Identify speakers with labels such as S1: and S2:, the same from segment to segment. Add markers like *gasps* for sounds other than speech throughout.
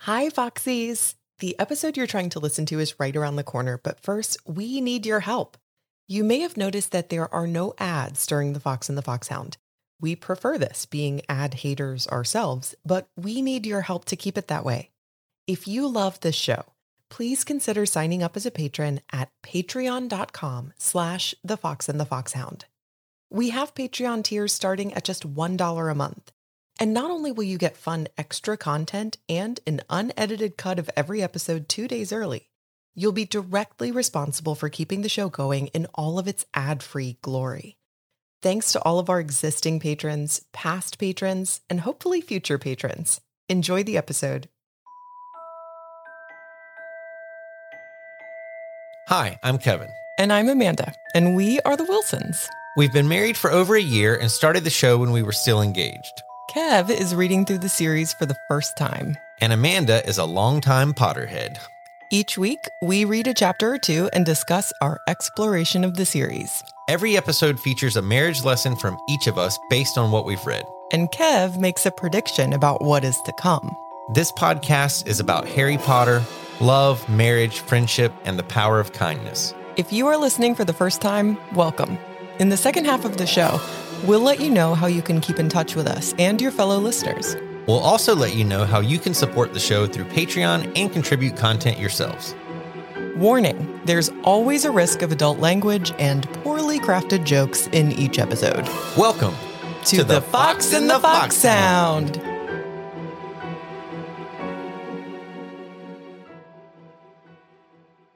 S1: Hi, Foxies. The episode you're trying to listen to is right around the corner, but first, we need your help. You may have noticed that there are no ads during The Fox and the Foxhound. We prefer this, being ad haters ourselves, but we need your help to keep it that way. If you love this show, please consider signing up as a patron at patreon.com slash the fox and the foxhound. We have Patreon tiers starting at just $1 a month. And not only will you get fun extra content and an unedited cut of every episode two days early, you'll be directly responsible for keeping the show going in all of its ad free glory. Thanks to all of our existing patrons, past patrons, and hopefully future patrons. Enjoy the episode.
S2: Hi, I'm Kevin.
S1: And I'm Amanda, and we are the Wilsons.
S2: We've been married for over a year and started the show when we were still engaged.
S1: Kev is reading through the series for the first time.
S2: And Amanda is a longtime Potterhead.
S1: Each week, we read a chapter or two and discuss our exploration of the series.
S2: Every episode features a marriage lesson from each of us based on what we've read.
S1: And Kev makes a prediction about what is to come.
S2: This podcast is about Harry Potter, love, marriage, friendship, and the power of kindness.
S1: If you are listening for the first time, welcome. In the second half of the show, we'll let you know how you can keep in touch with us and your fellow listeners.
S2: We'll also let you know how you can support the show through Patreon and contribute content yourselves.
S1: Warning there's always a risk of adult language and poorly crafted jokes in each episode.
S2: Welcome
S1: to, the, Fox and the Fox Sound.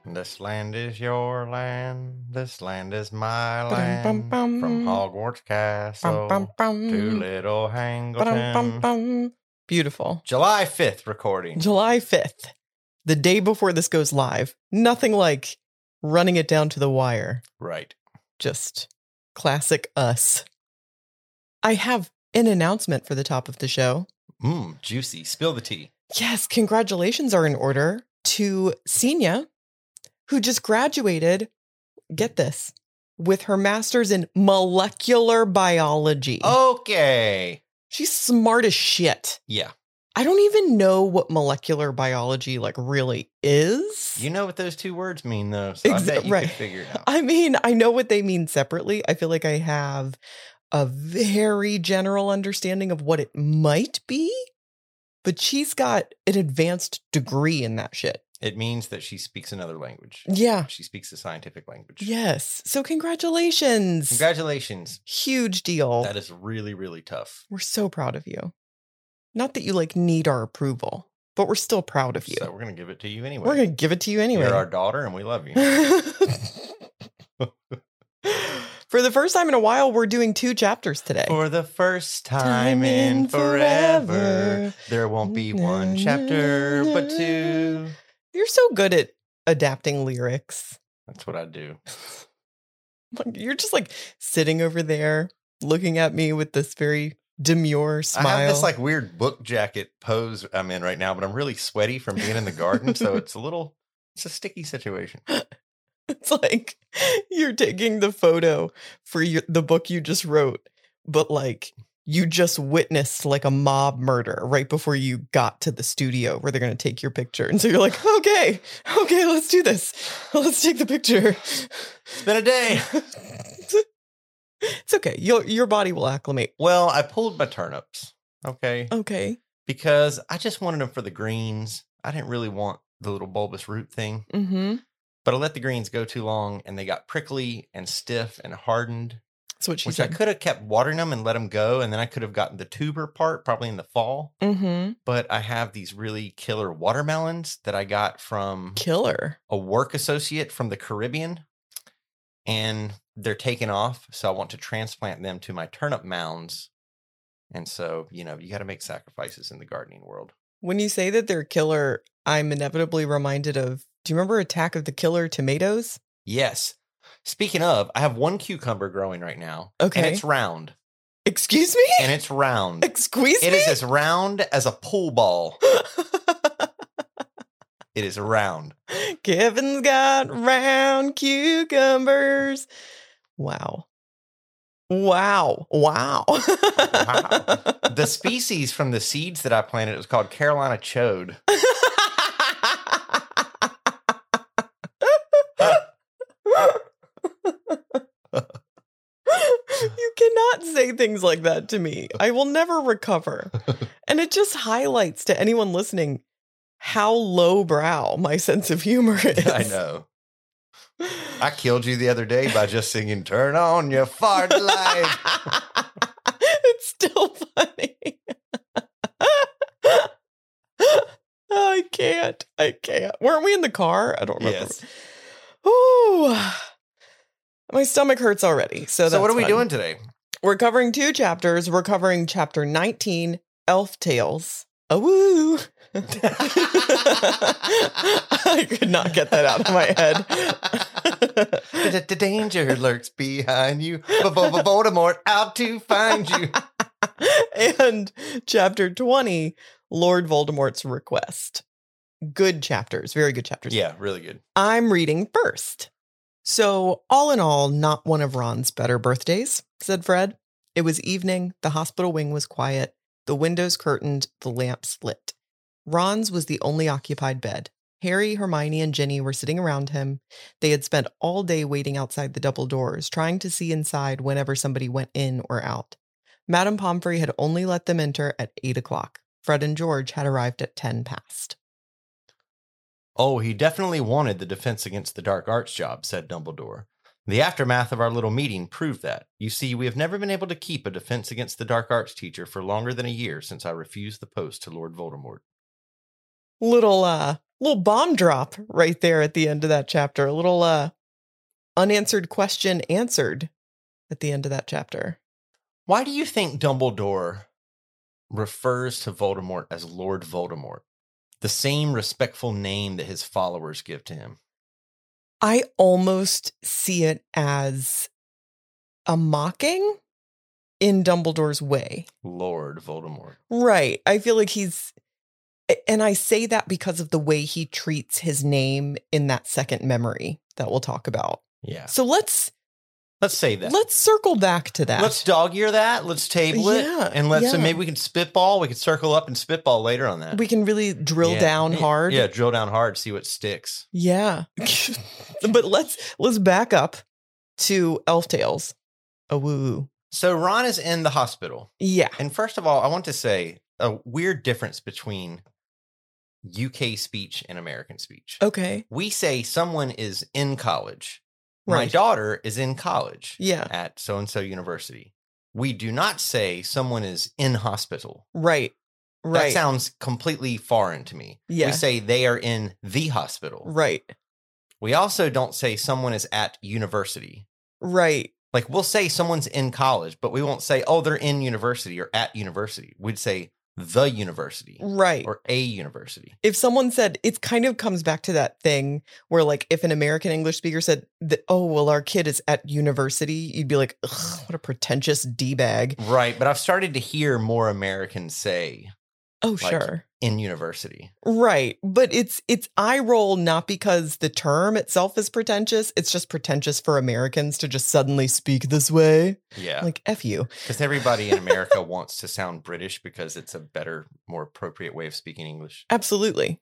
S3: This land is your land. This land is my land.
S1: Ba-dum, bum, bum. mm.
S3: From Hogwarts Castle to Little Hangleton.
S1: Beautiful.
S3: July 5th recording.
S1: July 5th, the day before this goes live. Nothing like running it down to the wire.
S3: Right.
S1: Just classic us. I have an announcement for the top of the show.
S3: Mm,
S2: Mmm, juicy. Spill the tea.
S1: Yes, congratulations are in order to Senia, who just graduated, get this, with her master's in molecular biology.
S3: Oh.
S2: Okay.
S1: She's smart as shit.
S2: Yeah.
S1: I don't even know what molecular biology like really is.
S3: You know what those two words mean, though. So I
S1: Exa-
S3: bet you
S1: right.
S3: could
S1: *laughs*
S3: figure it out.
S1: I mean, I know what they mean separately. I feel like I have a very general understanding of what it might be, but she's got an advanced degree in that shit.
S3: It means that she speaks another language.
S1: Yeah.
S3: She speaks the scientific language.
S1: Yes. So, congratulations.
S3: Congratulations.
S1: Huge deal.
S3: That is really, really tough.
S1: we're so proud of you. Not that you like need our approval, but we're still proud of you.
S3: So we're going to give it to you anyway.
S1: we're going to give it to you anyway. *laughs*
S3: You're our daughter and we love you.
S1: For the first time in a while, we're doing two chapters today.
S3: For the first
S1: Time
S3: time in
S1: in forever.
S3: forever, there won't be one chapter but two.
S1: You're so good at adapting lyrics.
S3: That's what I do.
S1: Like, You're just like sitting over there looking at me with this very demure smile.
S3: I have this like weird book jacket pose I'm in right now, but I'm really sweaty from being in the garden, so it's a little it's a sticky situation.
S1: *laughs* it's like you're taking the photo for your, the book you just wrote, but like you just witnessed like a mob murder right before you got to the studio where they're going to take your picture. And so you're like, okay, okay, let's do this. Let's take the picture.
S3: It's been a day.
S1: *laughs* it's okay. Your your body will acclimate.
S3: Well, I pulled my turnips, okay,
S1: Okay.
S3: because I just wanted them for the greens. I didn't really want the little bulbous root thing,
S1: Mm-hmm.
S3: but I let the greens go too long and they got prickly and stiff and hardened.
S1: That's what she
S3: which I
S1: said.
S3: could have kept watering them and let them go, and then I could have gotten the tuber part probably in the fall.
S1: Mm-hmm.
S3: But I have these really killer watermelons that I got from
S1: Killer.
S3: a work associate from the Caribbean, and they're taking off. So I want to transplant them to my turnip mounds. And so, you know, you got to make sacrifices in the gardening world.
S1: When you say that they're killer, I'm inevitably reminded of. Do you remember Attack of the Killer Tomatoes?
S3: Yes. Speaking of, I have one cucumber growing right now. And
S1: Okay.
S3: it's round.
S1: Excuse me.
S3: And it's round.
S1: *laughs* Excuse
S3: It
S1: me.
S3: is as round as a pool ball. It is round.
S1: Kevin's got round cucumbers. Wow. Wow. Wow.
S3: Wow. the species from the seeds that I planted it was called Carolina chode. *laughs*
S1: say things like that to me. I will never recover. And it just highlights to anyone listening how lowbrow my sense of humor is.
S3: I know. I killed you the other day by just singing "Turn on your fart light."
S1: *laughs* it's still funny. *laughs* I can't. I can't. Weren't we in the car? I don't remember.
S3: yes.
S1: Ooh. My stomach hurts already. *laughs* So,
S3: So, what
S1: that's
S3: are we
S1: fun.
S3: doing today?
S1: We're covering two chapters. We're covering chapter 19, Elf Tales. Oh, woo. *laughs* I could not get that out of my
S3: *laughs*
S1: head.
S3: the, the danger lurks behind you. Vo- vo- vo- Voldemort out to find
S1: *laughs*
S3: you.
S1: and chapter 20, Lord Voldemort's Request. Good chapters, very good chapters.
S3: Yeah, really good.
S1: I'm reading first. So, all in all, not one of Ron's better birthdays, said Fred. It was evening. The hospital wing was quiet, the windows curtained, the lamps lit. Ron's was the only occupied bed. Harry, Hermione, and Ginny were sitting around him. They had spent all day waiting outside the double doors, trying to see inside whenever somebody went in or out. Madame Pomfrey had only let them enter at eight o'clock. Fred and George had arrived at ten past.
S3: Oh, he definitely wanted the Defense Against the Dark Arts job, said Dumbledore. The aftermath of our little meeting proved that. You see, we have never been able to keep a Defense Against the Dark Arts teacher for longer than a year since I refused the post to Lord Voldemort.
S1: little uh little bomb drop right there at the end of that chapter a little uh unanswered question answered at the end of that chapter
S3: Why do you think Dumbledore refers to Voldemort as Lord Voldemort? The same respectful name that his followers give to him.
S1: i almost see it as a mocking in dumbledore's way
S3: Lord Voldemort.
S1: right i feel like he's and i say that because of the way he treats his name in that second memory that we'll talk about
S3: Yeah.
S1: so let's
S3: Let's say that.
S1: let's circle back to that
S3: Let's dog ear that. Let's table it.
S1: Yeah,
S3: And let's, and
S1: yeah.
S3: maybe we can spitball. We can circle up and spitball later on that.
S1: we can really drill
S3: Yeah.
S1: down
S3: Yeah,
S1: hard
S3: Yeah, drill down hard, see what sticks. *laughs*
S1: Yeah. but let's let's back up to Elf Tales. Oh woo.
S3: So Ron is in the hospital.
S1: Yeah.
S3: And first of all, I want to say a weird difference between UK speech and American speech.
S1: Okay.
S3: We say someone is in college. My
S1: Right.
S3: daughter is in college
S1: Yeah.
S3: at so and so university. We do not say someone is in hospital.
S1: Right. Right.
S3: That sounds completely foreign to me.
S1: Yeah.
S3: We say they are in the hospital.
S1: right.
S3: We also don't say someone is at university.
S1: Right.
S3: Like we'll say someone's in college, but we won't say, oh, they're in university or at university. We'd say the university
S1: Right.
S3: or a university.
S1: if someone said it kind of comes back to that thing where like if an American English speaker said that, oh well our kid is at university, you'd be like, Ugh, what a pretentious D bag.
S3: Right. But I've started to hear more Americans say
S1: Oh
S3: Like-
S1: sure.
S3: in university.
S1: Right. But it's it's eye roll not because the term itself is pretentious. It's just pretentious for Americans to just suddenly speak this way.
S3: Yeah.
S1: Like F you.
S3: Because everybody in America wants to sound British because it's a better, more appropriate way of speaking English.
S1: Absolutely.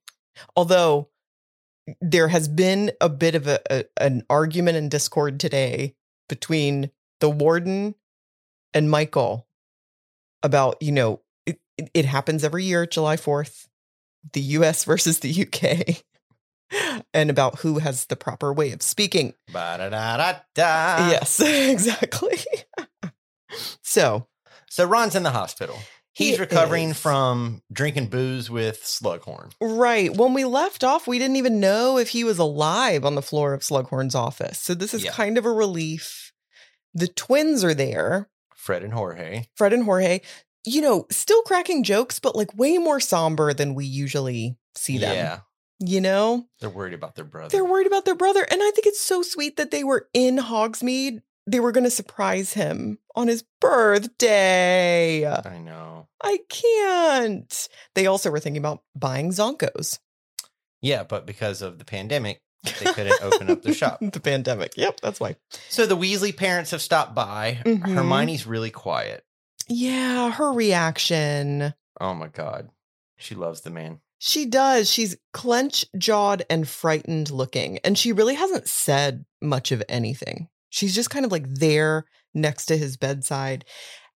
S1: Although there has been a bit of a, a an argument and discord today between the warden and Michael about, you know, it, it, it happens every year, July 4th, the US *laughs* versus the UK, and about who has the proper way of speaking.
S3: Ba-da-da-da-da.
S1: Yes, *laughs* exactly. so
S3: So Ron's in the hospital. He's
S1: he
S3: recovering
S1: is-
S3: from drinking booze with Slughorn.
S1: Right. When we left off, we didn't even know if he was alive on the floor of Slughorn's office. So this is
S3: Yeah.
S1: kind of a relief. The twins are there,
S3: Fred and Jorge.
S1: Fred and Jorge, you know, still cracking jokes, but like way more somber than we usually see them.
S3: Yeah.
S1: You know?
S3: They're worried about their brother.
S1: They're worried about their brother. And I think it's so sweet that they were in Hogsmeade. They were gonna surprise him on his birthday.
S3: I know.
S1: I can't. They also were thinking about buying Zonkos.
S3: Yeah, but because of the pandemic, they couldn't *laughs* open up
S1: *laughs*
S3: their shop.
S1: the pandemic. Yep, that's why.
S3: So the Weasley parents have stopped by.
S1: Mhm.
S3: Hermione's really quiet.
S1: Yeah, her reaction.
S3: Oh my God. She loves the man.
S1: She does. She's clench jawed and frightened looking. And she really hasn't said much of anything. She's just kind of like there next to his bedside.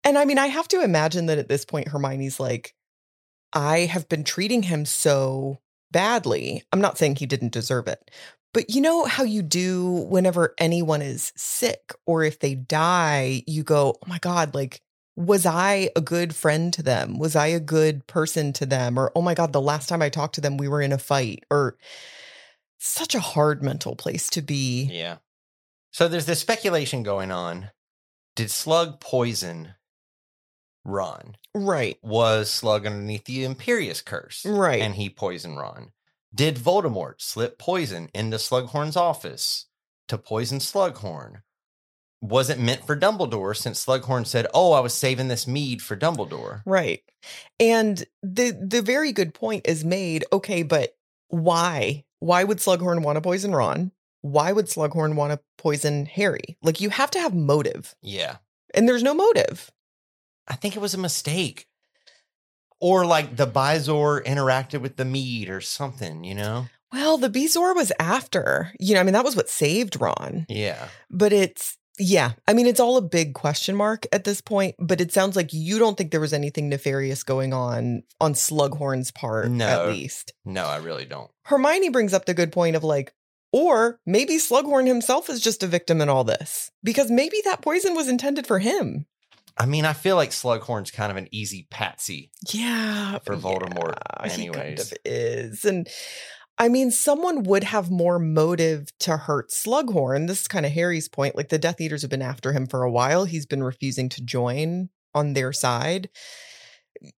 S1: And I mean, I have to imagine that at this point, Hermione's like, I have been treating him so badly. I'm not saying he didn't deserve it, but you know how you do whenever anyone is sick or if they die, you go, oh my God, like, was I a good friend to them? Was I a good person to them? Or, oh my God, the last time I talked to them, we were in a fight. Or such a hard mental place to be.
S3: Yeah. So there's this speculation going on. Did Slug poison Ron?
S1: Right.
S3: Was Slug underneath the Imperious curse?
S1: Right.
S3: And he poisoned Ron. Did Voldemort slip poison into Slughorn's office to poison Slughorn? Was it meant for Dumbledore since Slughorn said, Oh, I was saving this mead for Dumbledore?
S1: Right. And the the very good point is made, okay, but why? Why would Slughorn want to poison Ron? Why would Slughorn want to poison Harry? Like you have to have motive.
S3: Yeah.
S1: And there's no motive.
S3: I think it was a mistake. Or like the Bizor interacted with the mead or something, you know?
S1: Well, the Bezor was after. You know, I mean that was what saved Ron.
S3: Yeah.
S1: But it's yeah, I mean it's all a big question mark at this point, but it sounds like you don't think there was anything nefarious going on on Slughorn's part
S3: No.
S1: at least.
S3: No, I really don't.
S1: Hermione brings up the good point of like, or maybe Slughorn himself is just a victim in all this because maybe that poison was intended for him.
S3: I mean, I feel like Slughorn's kind of an easy patsy.
S1: Yeah,
S3: For Voldemort,
S1: he kind
S3: anyways.
S1: of is, and I mean, someone would have more motive to hurt Slughorn. This is kind of Harry's point. Like the Death Eaters have been after him for a while. He's been refusing to join on their side.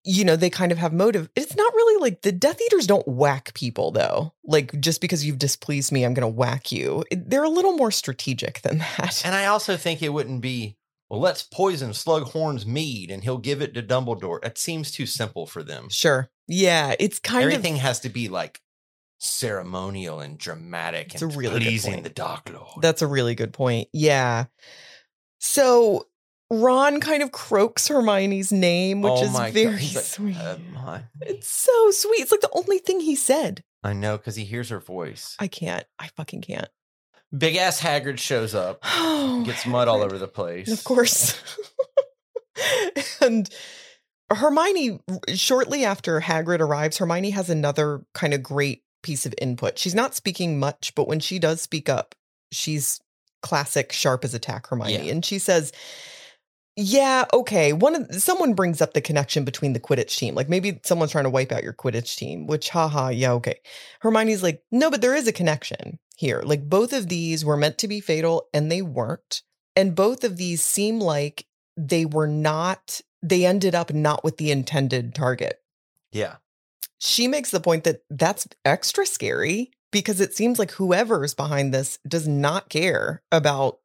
S1: You know, they kind of have motive. It's not really like the Death Eaters don't whack people though. Like just because you've displeased me, I'm going to whack you. It- They're a little more strategic than *laughs* that.
S3: And I also think it wouldn't be, well, let's poison Slughorn's mead and he'll give it to Dumbledore. That seems too simple for them.
S1: Sure. Yeah, it's kind
S3: Everything
S1: of
S3: has to be like ceremonial and dramatic
S1: It's
S3: and
S1: a really good
S3: pleasing
S1: point.
S3: the Dark Lord.
S1: That's a really good point. Yeah. So Ron kind of croaks Hermione's name, which
S3: Oh
S1: is
S3: my God.
S1: very
S3: He's like, "Oh um
S1: sweet.
S3: "Hermione."
S1: it's so sweet. It's like the only thing he said.
S3: I know because he hears her voice.
S1: I can't. I fucking can't. *sighs*
S3: Big ass Hagrid shows up,
S1: Oh,
S3: gets mud all
S1: Hagrid.
S3: over the place.
S1: Of course. *laughs* and Hermione, shortly after Hagrid arrives, Hermione has another kind of great piece of input. She's not speaking much, but when she does speak up, she's classic sharp as a tack Hermione.
S3: Yeah.
S1: And she says, yeah, okay. One of someone brings up the connection between the Quidditch team. Like maybe someone's trying to wipe out your Quidditch team, which haha, yeah, okay. Hermione's like, "No, but there is a connection here. Like both of these were meant to be fatal and they weren't." and both of these seem like they were not they ended up not with the intended target
S3: Yeah.
S1: she makes the point that that's extra scary because it seems like whoever's behind this does not care about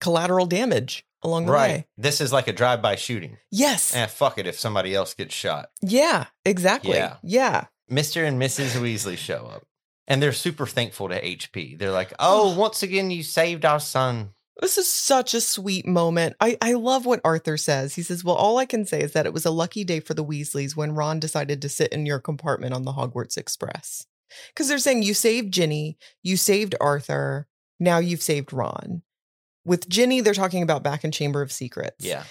S1: collateral damage along the
S3: Right.
S1: way
S3: This is like a drive by shooting.
S1: yes
S3: Eh, fuck it if somebody else gets shot.
S1: yeah exactly
S3: Yeah.
S1: yeah
S3: Mr. and Mrs. Weasley show up and they're super thankful to HP. They're like, oh, once again, you saved our son.
S1: This is such a sweet moment. I, I love what Arthur says. He says, Well, all I can say is that it was a lucky day for the Weasleys when Ron decided to sit in your compartment on the Hogwarts Express. Because they're saying, You saved Ginny, you saved Arthur, now you've saved Ron. With Ginny, they're talking about back in Chamber of Secrets.
S3: Yeah.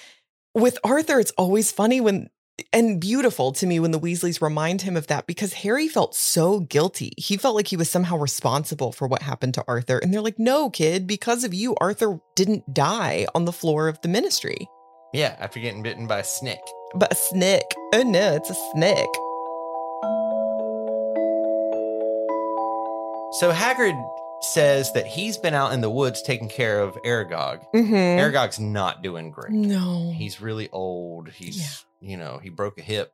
S1: With Arthur, it's always funny when and beautiful to me when the Weasleys remind him of that because Harry felt so guilty. He felt like he was somehow responsible for what happened to Arthur. And they're like, no, kid, because of you, Arthur didn't die on the floor of the ministry.
S3: Yeah. After getting bitten by a snake.
S1: But a snick. Oh no, it's a snick.
S3: So Hagrid says that he's been out in the woods taking care of Aragog.
S1: Mm-hmm. Mm.
S3: Aragog's not doing great.
S1: No.
S3: He's really old. He's, you know, he broke a hip.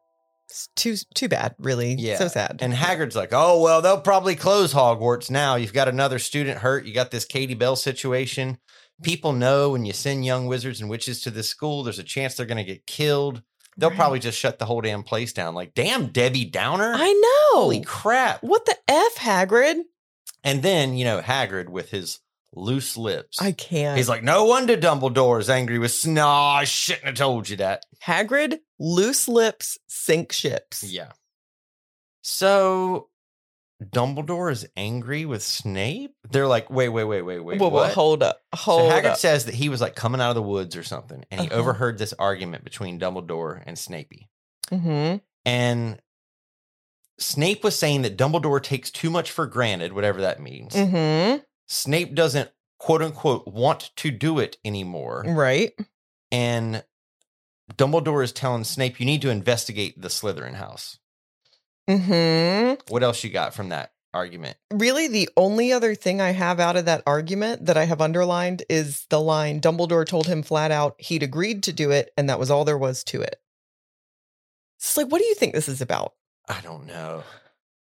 S1: It's too too bad, really.
S3: Yeah.
S1: So sad.
S3: And Haggard's like, oh, well, they'll probably close Hogwarts now. You've got another student hurt. You got this Katie Bell situation. People know when you send young wizards and witches to this school, there's a chance they're going to get killed. They'll
S1: Right.
S3: probably just shut the whole damn place down. Like, damn, Debbie Downer.
S1: I know.
S3: Holy crap.
S1: What the F, Hagrid?
S3: And then, you know, Haggard with his loose lips.
S1: I can't.
S3: He's like, no wonder Dumbledore is angry with Snaw. I shouldn't have told you that.
S1: Hagrid, loose lips, sink ships.
S3: Yeah. So Dumbledore is angry with Snape. They're like, wait, wait, wait, wait, wait.
S1: Whoa, whoa,
S3: what?
S1: hold up.
S3: so
S1: Hold
S3: Haggard
S1: up.
S3: says that he was like coming out of the woods or something, and he
S1: Uh-huh.
S3: overheard this argument between Dumbledore and Snapey.
S1: hmm
S3: And Snape was saying that Dumbledore takes too much for granted, whatever that means.
S1: hmm
S3: Snape doesn't quote unquote want to do it anymore.
S1: Right.
S3: And Dumbledore is telling Snape, you need to investigate the Slytherin house.
S1: hmm
S3: What else you got from that argument?
S1: Really, the only other thing I have out of that argument that I have underlined is the line Dumbledore told him flat out he'd agreed to do it, and that was all there was to it. It's like, what do you think this is about?
S3: I don't know.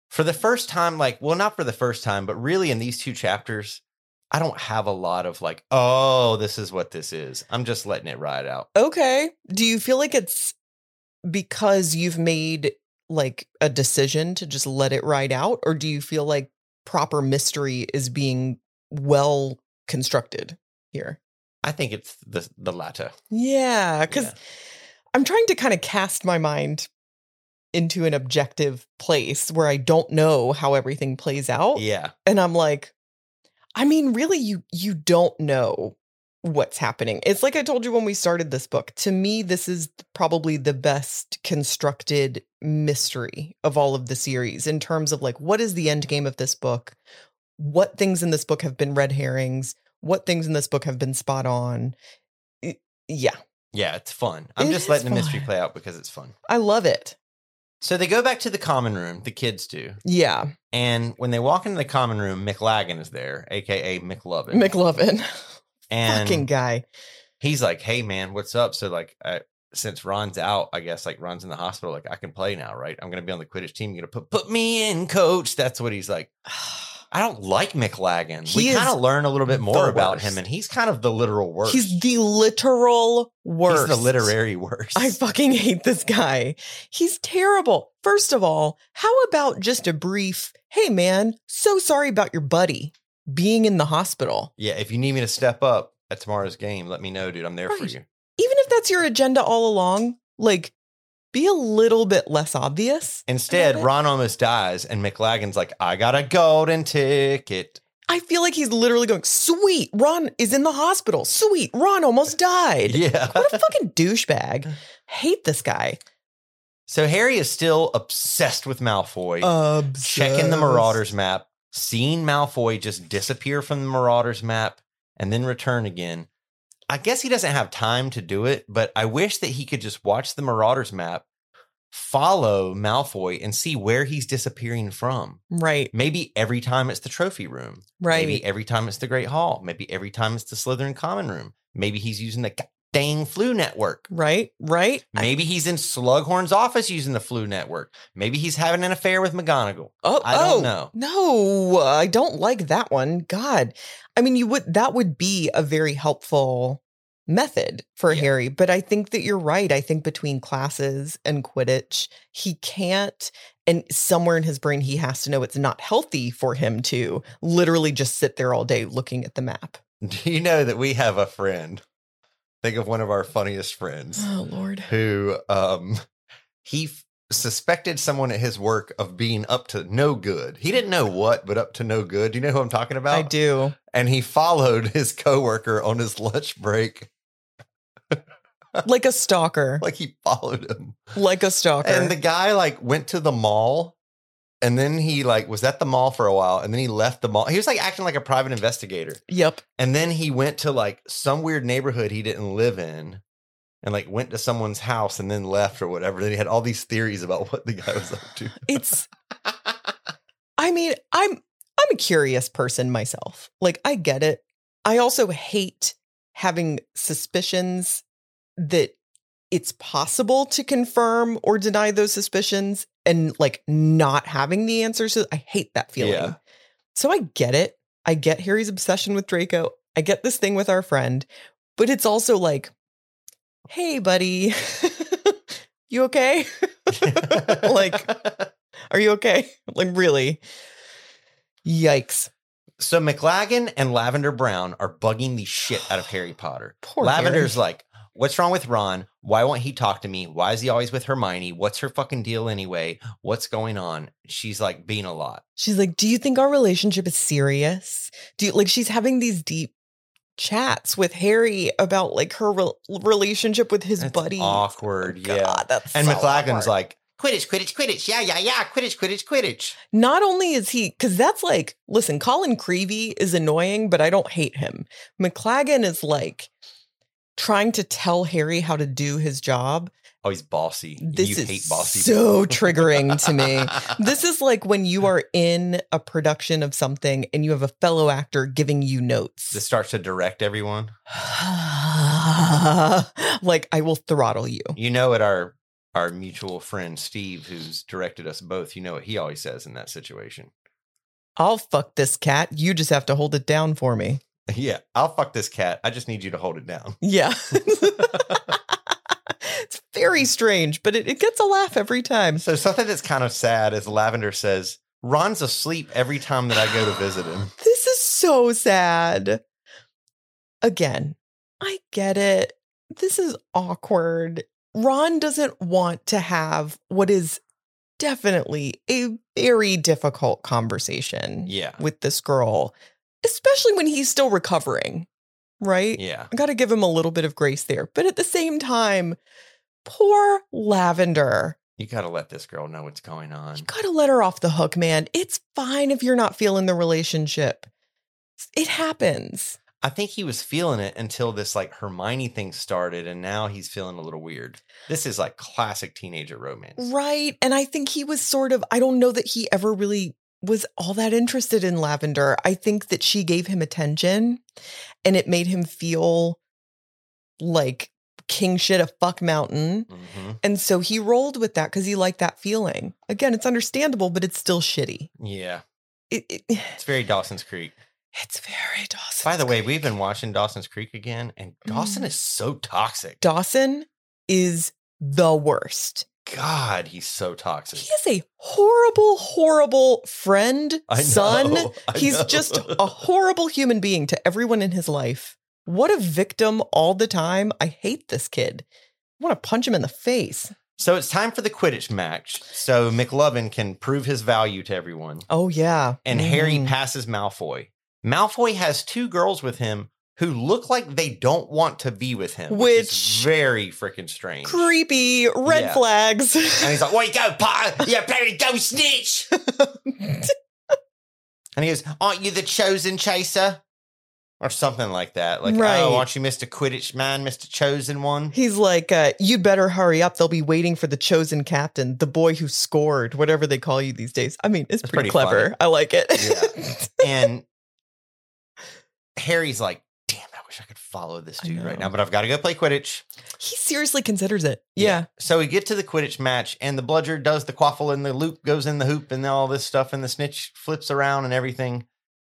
S3: For the first time, like, well, not for the first time, but really in these two chapters, I don't have a lot of like, oh, this is what this is. I'm just letting it ride out.
S1: Okay. Do you feel like it's because you've made like a decision to just let it ride out, or do you feel like proper mystery is being well constructed here?
S3: I think it's the the latter.
S1: Yeah, because
S3: Yeah.
S1: I'm trying to kind of cast my mind into an objective place where I don't know how everything plays out.
S3: Yeah.
S1: And I'm like, I mean, really, you you don't know what's happening. It's like I told you when we started this book. To me, this is probably the best constructed mystery of all of the series in terms of like what is the end game of this book? What things in this book have been red herrings? What things in this book have been spot on? It- yeah,
S3: Yeah, it's fun. I'm
S1: It
S3: just
S1: is
S3: letting the mystery
S1: fun.
S3: play out because it's fun.
S1: I love it.
S3: So they go back to the common room, the kids do.
S1: Yeah,
S3: And when they walk into the common room, McLagan is there, aka McLovin.
S1: McLovin, *laughs*
S3: and
S1: fucking guy.
S3: he's like, "Hey, man, what's up?" So like, I, since Ron's out, I guess like Ron's in the hospital, like I can play now, right? I'm gonna be on the Quidditch team. You're gonna put put me in, coach. That's what he's
S1: *sighs*
S3: like. I don't like McLagan.
S1: He
S3: we
S1: is
S3: kind of learn a little bit more
S1: the
S3: about
S1: worst.
S3: him, and he's kind of the literal worst.
S1: He's the literal worst.
S3: He's the literary worst.
S1: I fucking hate this guy. He's terrible. First of all, how about just a brief, hey man, so sorry about your buddy being in the hospital?
S3: yeah, if you need me to step up at tomorrow's game, let me know, dude. I'm there for
S1: Right.
S3: you.
S1: Even if that's your agenda all along, like be a little bit less obvious.
S3: Instead,
S1: About it.
S3: Ron almost dies, and McLagan's like, "I got a golden ticket."
S1: I feel like he's literally going, sweet, Ron is in the hospital. Sweet, Ron almost died.
S3: Yeah.
S1: What a fucking douchebag. Hate this guy.
S3: *laughs* so Harry is still obsessed with Malfoy.
S1: Obsessed.
S3: checking the Marauders map, seeing Malfoy just disappear from the Marauders map and then return again. I guess he doesn't have time to do it, but I wish that he could just watch the Marauders map, follow Malfoy, and see where he's disappearing from.
S1: Right,
S3: Maybe every time it's the trophy room.
S1: right.
S3: Maybe every time it's the Great Hall. Maybe every time it's the Slytherin Common Room. Maybe he's using the dang flu network.
S1: Right, right.
S3: Maybe he's in Slughorn's office using the flu network. Maybe he's having an affair with McGonagall.
S1: Oh,
S3: I don't
S1: oh,
S3: know.
S1: No, I don't like that one. God. I mean, you would that would be a very helpful method for
S3: Yeah.
S1: Harry, but I think that you're right. I think between classes and Quidditch, he can't and somewhere in his brain he has to know it's not healthy for him to literally just sit there all day looking at the map.
S3: *laughs* Do you know that we have a friend? Think of one of our funniest friends
S1: *gasps* Oh lord.
S3: who um he f- suspected someone at his work of being up to no good. He didn't know what, but up to no good. Do you know who I'm talking about?
S1: I
S3: *laughs*
S1: do.
S3: And he followed his coworker on his lunch break. *laughs*
S1: Like a stalker.
S3: Like he followed him.
S1: Like a stalker.
S3: And the guy like went to the mall and then he like was at the mall for a while and then he left the mall. He was like acting like a private investigator.
S1: yep.
S3: And then he went to like some weird neighborhood he didn't live in and like went to someone's house and then left or whatever. Then he had all these theories about *laughs* what the guy was up to.
S1: it's i mean i'm i'm a curious person myself like i get it i also hate having suspicions that it's possible to confirm or deny those suspicions and like not having the answers to- i hate that feeling
S3: Yeah.
S1: so i get it i get harry's obsession with draco i get this thing with our friend but it's also like hey buddy *laughs* you okay Like- are you okay? *laughs* Like, really? Yikes. *sighs*
S3: so McLagan and Lavender Brown are bugging the shit out of Harry Potter.
S1: Poor
S3: Lavender's like, What's wrong with Ron? Why won't he talk to me? Why is he always with Hermione? What's her fucking deal anyway? What's going on? She's like being a lot.
S1: She's like, "Do you think our relationship is serious?" Do you, like she's having these deep chats with Harry about like her rel relationship with his
S3: That's
S1: buddy.
S3: awkward,
S1: God,
S3: yeah.
S1: that's
S3: And
S1: so awkward.
S3: McLagan's like, Quidditch, Quidditch, Quidditch. Yeah, yeah, yeah. Quidditch, Quidditch, Quidditch.
S1: Not only is he, because that's like, listen, Colin Creevy is annoying, but I don't hate him. McLagan is like trying to tell Harry how to do his job.
S3: Oh, he's bossy.
S1: This
S3: you
S1: is
S3: hate bossy.
S1: so
S3: people.
S1: triggering to me.
S3: *laughs*
S1: This is like when you are in a production of something and you have a fellow actor giving you notes.
S3: This starts to direct everyone.
S1: *sighs* like, I will throttle you.
S3: You know, at our our mutual friend Steve, who's directed us both, you know what he always says in that situation. *laughs*
S1: I'll fuck this cat. You just have to hold it down for me.
S3: Yeah, I'll fuck this cat. I just need you to hold it down.
S1: Yeah. *laughs* it's very strange, but it, it gets a laugh every time.
S3: So something that's kind of sad is Lavender says, Ron's asleep every time that I go to visit
S1: *gasps*
S3: him.
S1: This is so sad. Again, I get it. This is awkward. Ron doesn't want to have what is definitely a very difficult conversation
S3: Yeah.
S1: with this girl, especially when he's still recovering, right?
S3: Yeah.
S1: I got to give him a little bit of grace there. But at the same time, poor Lavender.
S3: You gotta let this girl know what's going on.
S1: You got to let her off the hook, man. It's fine if you're not feeling the relationship. It happens.
S3: I think he was feeling it until this like Hermione thing started, and now he's feeling a little weird. This is like classic teenager romance.
S1: Right. And I think he was sort of, I don't know that he ever really was all that interested in Lavender. I think that she gave him attention and it made him feel like king shit a fuck mountain.
S3: Mhm.
S1: And so he rolled with that because he liked that feeling. Again, it's understandable, but it's still shitty.
S3: Yeah,
S1: It, *sighs* it,
S3: it's very Dawson's Creek.
S1: it's very Dawson.
S3: By the way, we've been watching Dawson's Creek again, and Dawson
S1: Mm.
S3: is so toxic.
S1: Dawson is the worst.
S3: God, he's so
S1: He
S3: toxic.
S1: is a horrible, horrible friend,
S3: *laughs* I know,
S1: son.
S3: *laughs* I
S1: He's
S3: know.
S1: just a horrible human being to everyone in his life. What a victim all the time. I hate this kid. I want to punch him in the face.
S3: so it's time for the Quidditch match, so McLovin can prove his value to everyone.
S1: Oh, yeah.
S3: and Harry
S1: Mm.
S3: passes Malfoy. Malfoy has two girls with him who look like they don't want to be with him, which, is
S1: Which-
S3: very freaking strange.
S1: Creepy red
S3: Yeah.
S1: flags. *laughs*
S3: and he's like, "Where you go, Potter? You better go, snitch." and he goes, "Aren't you the chosen chaser?" Or something like that. Like,
S1: Right.
S3: oh, aren't you Mr. Quidditch man, Mr. Chosen One? *laughs*
S1: He's like, uh, you'd better hurry up. They'll be waiting for the chosen captain, the boy who scored, whatever they call you these days. I mean, it's
S3: That's
S1: pretty,
S3: pretty
S1: clever.
S3: funny.
S1: I like it.
S3: Yeah. and Harry's like, damn, I wish I could follow this
S1: I
S3: dude right
S1: know.
S3: now, but I've got to go play Quidditch.
S1: *laughs* he seriously considers it. Yeah.
S3: So we get to the Quidditch match, and the bludger does the quaffle, and the loop goes in the hoop, and all this stuff, and the snitch flips around and everything.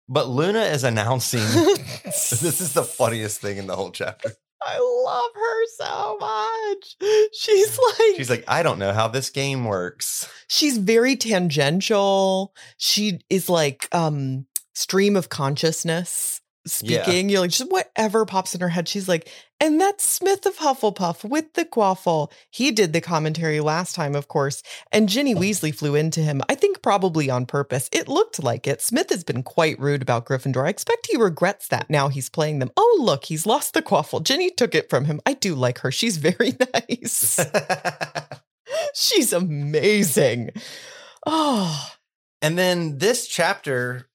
S3: But Luna
S1: *laughs*
S3: is announcing. *laughs* this is the funniest thing in the whole chapter.
S1: I love her so much. She's like,
S3: She's like, I don't know how this game works. *laughs*
S1: she's very tangential. She is like um stream of consciousness
S3: Yeah.
S1: speaking. You're like just whatever pops in her head. She's like, and that's Smith of Hufflepuff with the quaffle. He did the commentary last time, of course. And Ginny Weasley flew into him. I think probably on purpose. It looked like it. Smith has been quite rude about Gryffindor. I expect he regrets that now he's playing them. Oh look, he's lost the quaffle. Ginny took it from him. I do like her. She's *laughs* very nice. *laughs* She's amazing. Oh,
S3: and then this chapter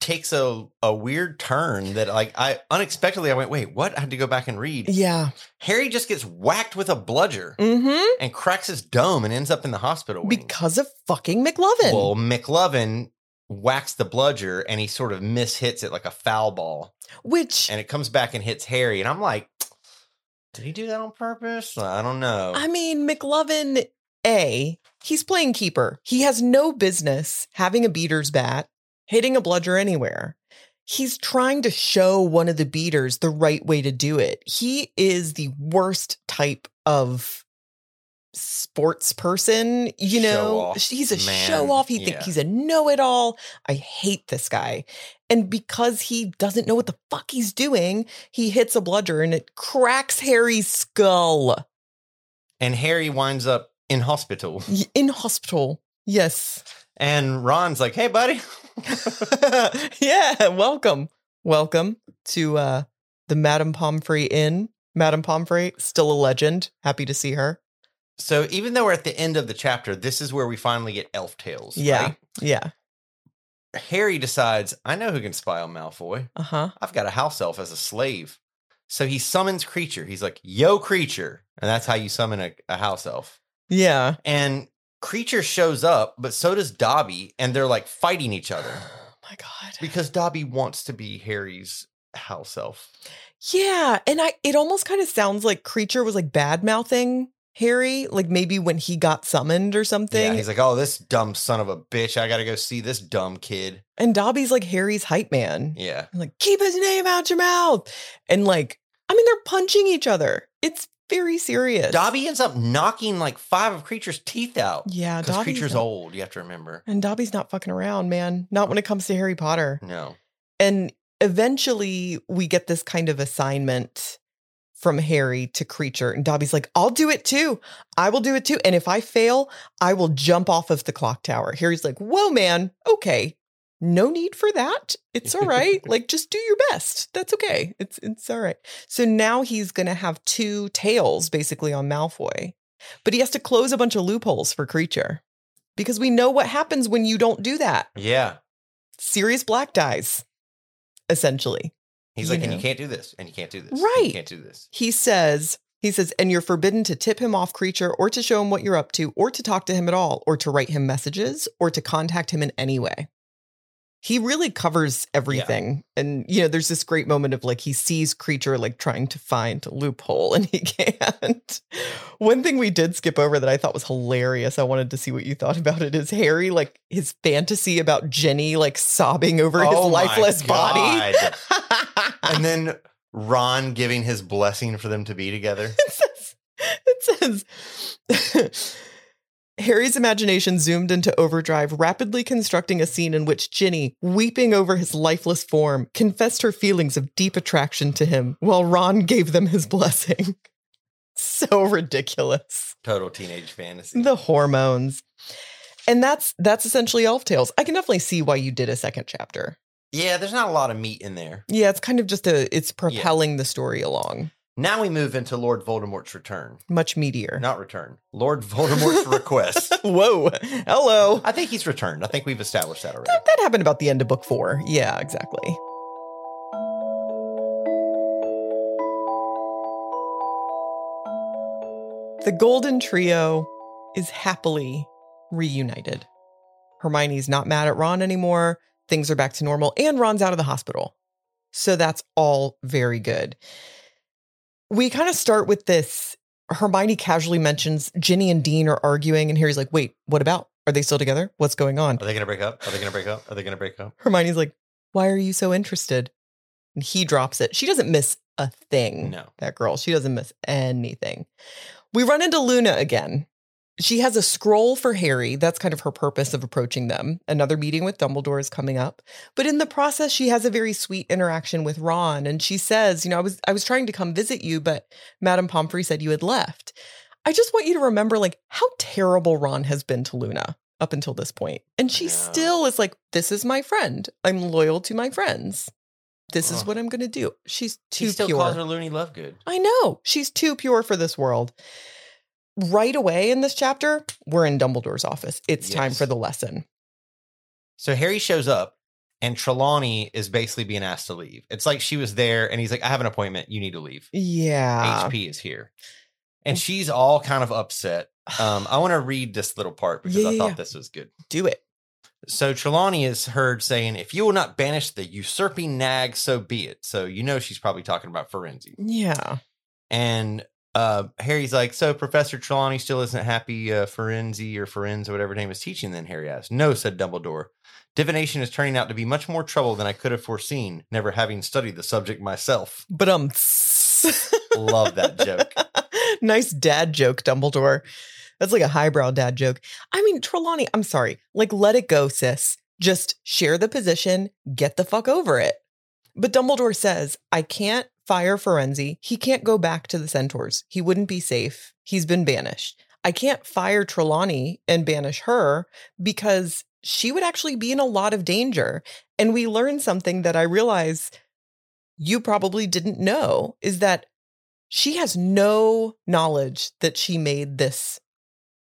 S3: takes a, a weird turn that like I unexpectedly I went, wait, what? I had to go back and read.
S1: yeah.
S3: Harry just gets whacked with a bludger
S1: Mm-hmm.
S3: and cracks his dome and ends up in the hospital. Wing.
S1: Because of fucking McLovin.
S3: Well, McLovin whacks the bludger and he sort of mishits it like a foul ball
S1: which,
S3: and it comes back and hits Harry. And I'm like, did he do that on purpose? I don't know.
S1: I mean, McLovin, A, he's playing keeper. He has no business having a beater's bat, hitting a bludger anywhere. He's trying to show one of the beaters the right way to do it. He is the worst type of sports person, you
S3: Show
S1: know.
S3: off,
S1: he's a
S3: man.
S1: show off. He thinks
S3: Yeah.
S1: he's a know it all. I hate this guy. And because he doesn't know what the fuck he's doing, he hits a bludger and it cracks Harry's skull
S3: And Harry winds up in hospital.
S1: Y- in hospital. Yes. *laughs*
S3: And Ron's like, hey, buddy.
S1: yeah, welcome. Welcome to uh the Madame Pomfrey Inn. Madame Pomfrey, still a legend. Happy to see her.
S3: So even though we're at the end of the chapter, this is where we finally get elf tales.
S1: Yeah. Yeah.
S3: right? Harry decides, I know who can spy on Malfoy.
S1: Uh-huh.
S3: I've got a house elf as a slave. So he summons Creature. He's like, yo, Creature. And that's how you summon a, a house elf.
S1: Yeah.
S3: And Creature shows up, but so does Dobby. And they're like fighting each other
S1: Oh *gasps* my god.
S3: because Dobby wants to be Harry's house elf.
S1: Yeah, and I it almost kind of sounds like Creature was like bad mouthing Harry, like maybe when he got summoned or
S3: Yeah,
S1: something.
S3: he's like, oh, this dumb son of a bitch. I got to go see this dumb kid.
S1: and Dobby's like Harry's hype man.
S3: Yeah.
S1: I'm Like keep his name out your mouth. And like I mean they're punching each other. It's very serious.
S3: Dobby ends up knocking like five of Creature's teeth out.
S1: Yeah,
S3: Because Creature's
S1: not-
S3: old, you have to remember.
S1: And Dobby's not fucking around, man. Not when it comes to Harry Potter.
S3: No.
S1: And eventually we get this kind of assignment from Harry to Creature. And Dobby's like, I'll do it too. I will do it too. And if I fail, I will jump off of the clock tower. Harry's like, Whoa, man. Okay. No need for that. It's all right. like, just do your best. That's okay. It's it's all right. So now he's gonna have two tails basically on Malfoy. But he has to close a bunch of loopholes for creature. Because we know what happens when you don't do that.
S3: Yeah.
S1: Sirius Black dies, essentially.
S3: He's
S1: You
S3: like, and you
S1: know.
S3: can't do this, and you can't do this. and
S1: Right.
S3: You can't do this.
S1: He says, he says, and you're forbidden to tip him off creature or to show him what you're up to or to talk to him at all or to write him messages or to contact him in any way. He really covers everything. And, you know, there's this great moment of like he sees creature like trying to find a loophole and he *laughs* can't. One thing we did skip over that I thought was hilarious. I wanted to see what you thought about it is Harry, like his fantasy about Jenny, like sobbing over his
S3: Oh my
S1: lifeless body.
S3: God.
S1: *laughs*
S3: and then Ron giving his blessing for them to
S1: *laughs*
S3: be together.
S1: it says, it says Harry's imagination zoomed into overdrive, rapidly constructing a scene in which Ginny, weeping over his lifeless form, confessed her feelings of deep attraction to him while Ron gave them his blessing. *laughs* So ridiculous.
S3: Total teenage fantasy.
S1: The hormones. And that's that's essentially elf tales. I can definitely see why you did a second chapter.
S3: yeah, there's not a lot of meat in there.
S1: Yeah, it's kind of just a it's propelling the story along.
S3: Now we move into Lord Voldemort's return.
S1: Much meatier.
S3: Not return. Lord
S1: *laughs*
S3: Voldemort's request.
S1: Whoa. Hello.
S3: I think he's returned. I think we've established that already.
S1: That, that happened about the end of book four. Yeah, exactly. The Golden Trio is happily reunited. Hermione's not mad at Ron anymore. Things are back to normal, and Ron's out of the hospital. So that's all very good. We kind of start with this. Hermione casually mentions Ginny and Dean are arguing, and Harry's like, wait, what about? Are they still together? What's going on?
S3: Are they going to break up? Are they going to break up? Are they going to break up?
S1: Hermione's like, Why are you so interested? And he drops it. She doesn't miss a thing,
S3: No.
S1: that girl. She doesn't miss anything. We run into Luna again. She has a scroll for Harry. That's kind of her purpose of approaching them. Another meeting with Dumbledore is coming up. But in the process, she has a very sweet interaction with Ron. And she says, you know, I was I was trying to come visit you, but Madame Pomfrey said you had left. I just want you to remember like how terrible Ron has been to Luna up until this point. And she
S3: Yeah.
S1: still is like, this is my friend. I'm loyal to my friends. This is
S3: Ugh.
S1: what I'm gonna do. She's too
S3: he still
S1: pure.
S3: calls her Looney Lovegood.
S1: I know. She's too pure for this world. Right away in this chapter, we're in Dumbledore's office. It's time
S3: Yes.
S1: for the lesson.
S3: So Harry shows up and Trelawney is basically being asked to leave. It's like she was there and he's like, I have an appointment. You need to leave.
S1: Yeah.
S3: HP is here. And she's all kind of upset. Um, I want to read this
S1: *sighs*
S3: little part because
S1: Yeah,
S3: I
S1: yeah,
S3: thought
S1: yeah.
S3: this was good.
S1: Do it.
S3: So Trelawney is heard saying, If you will not banish the usurping nag, so be it. So you know she's probably talking about Ferenzi.
S1: Yeah.
S3: And uh, Harry's like, So Professor Trelawney still isn't happy uh, Ferenzi or Ferenz or whatever her name is teaching then? Harry asked. No, said Dumbledore. Divination is turning out to be much more trouble than I could have foreseen, never having studied the subject myself.
S1: But um *laughs*
S3: Love that joke.
S1: nice dad joke, Dumbledore. That's like a highbrow dad joke. I mean, Trelawney, I'm sorry. Like, let it go, sis. Just share the position, get the fuck over it. But Dumbledore says, I can't fire Ferenzi. He can't go back to the centaurs. He wouldn't be safe. He's been banished. I can't fire Trelawney and banish her because she would actually be in a lot of danger. And we learned something that I realize you probably didn't know is that she has no knowledge that she made this *laughs*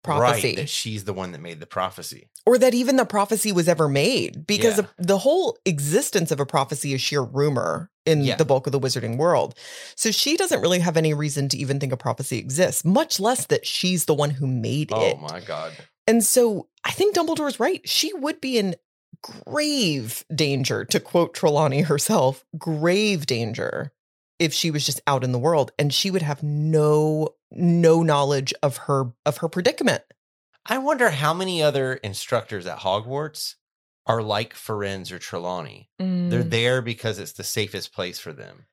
S1: prophecy
S3: Right, that she's the one that made the prophecy.
S1: or that even the prophecy was ever made because
S3: Yeah.
S1: the whole existence of a prophecy is sheer rumor in
S3: Yeah.
S1: the bulk of the wizarding world. So she doesn't really have any reason to even think a prophecy exists, much less that she's the one who made
S3: Oh
S1: it.
S3: my god.
S1: And so I think Dumbledore's right. She would be in grave danger, to quote Trelawney herself, grave danger if she was just out in the world and she would have no no knowledge of her of her predicament.
S3: I wonder how many other instructors at Hogwarts are like Ferenz or Trelawney. They're there because it's the safest place for them,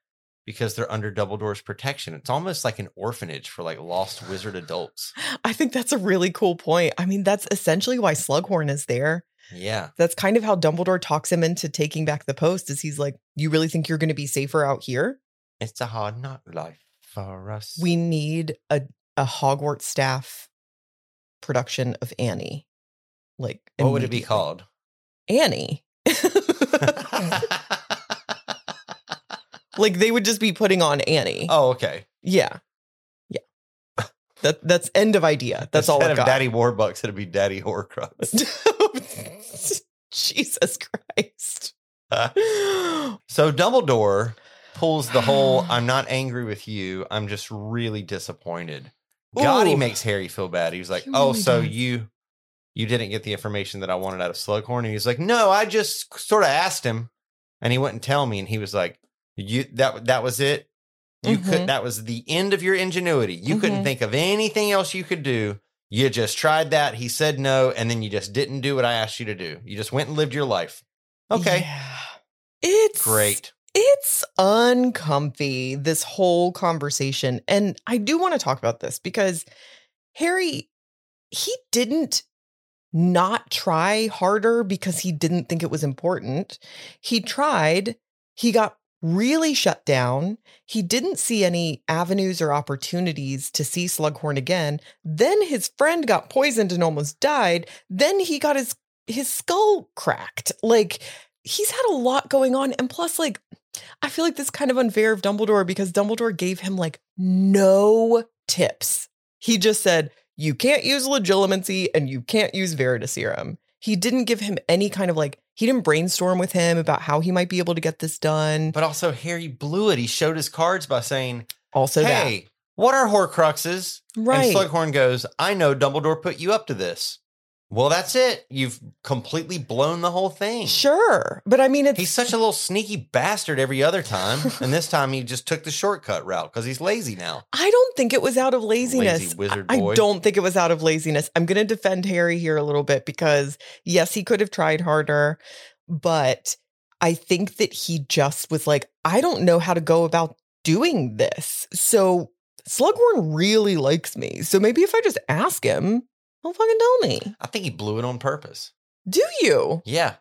S3: because they're under Dumbledore's protection. It's almost like an orphanage for like lost wizard adults.
S1: *gasps* I think that's a really cool point. I mean, that's essentially why Slughorn is there.
S3: Yeah.
S1: That's kind of how Dumbledore talks him into taking back the post is he's like, "You really think you're going to be safer out here?
S3: It's a hard knock life for us.
S1: We need a a Hogwarts staff production of Annie." Like
S3: what would it be
S1: immediately.
S3: called? *laughs*
S1: Annie. *laughs* like they would just be putting on Annie.
S3: oh, *laughs* okay.
S1: Yeah. Yeah. That that's end of idea. That's all
S3: Instead
S1: I've got. *laughs*
S3: of Daddy Warbucks, it'd be Daddy Horcrux.
S1: Jesus Christ.
S3: *laughs* So Dumbledore pulls the whole I'm not angry with you, I'm just really disappointed. God, he
S1: Ooh.
S3: makes Harry feel bad. He was like,
S1: He
S3: Oh,
S1: really
S3: so
S1: does.
S3: you you didn't get the information that I wanted out of Slughorn? And he's like, No, I just sort of asked him and he wouldn't tell me. And he was like, You that that was it. You
S1: Mhm.
S3: could that was the end of your ingenuity. You couldn't
S1: Mhm.
S3: think of anything else you could do. You just tried that. He said no, and then you just didn't do what I asked you to do. You just went and lived your life. Okay.
S1: Yeah. It's
S3: Great.
S1: It's uncomfy, this whole conversation. And I do want to talk about this because Harry, he didn't not try harder because he didn't think it was important. He tried, he got really shut down. He didn't see any avenues or opportunities to see Slughorn again. Then his friend got poisoned and almost died. Then he got his his skull cracked. Like he's had a lot going on and plus like I feel like this is kind of unfair of Dumbledore because Dumbledore gave him like no tips. He just said, you can't use legilimency and you can't use veridiserum. He didn't give him any kind of like, he didn't brainstorm with him about how he might be able to get this done.
S3: But also, Harry blew it. He showed his cards by saying,
S1: Also,
S3: "Hey, what are Horcruxes?"
S1: that.
S3: And
S1: Right.
S3: Slughorn goes, "I know Dumbledore put you up to this." Well, that's it. You've completely blown the whole thing.
S1: sure. But I mean, it's.
S3: He's such a little sneaky bastard every
S1: *laughs*
S3: other time, and this time he just took the shortcut route because he's lazy now.
S1: I don't think it was out of laziness.
S3: Lazy wizard
S1: I-
S3: boy.
S1: I don't think it was out of laziness. I'm going to defend Harry here a little bit because, yes, he could have tried harder, but I think that he just was like, I don't know how to go about doing this. So Slughorn really likes me. So maybe if I just ask him, he'll fucking tell me.
S3: I think he blew it on purpose.
S1: Do you?
S3: Yeah.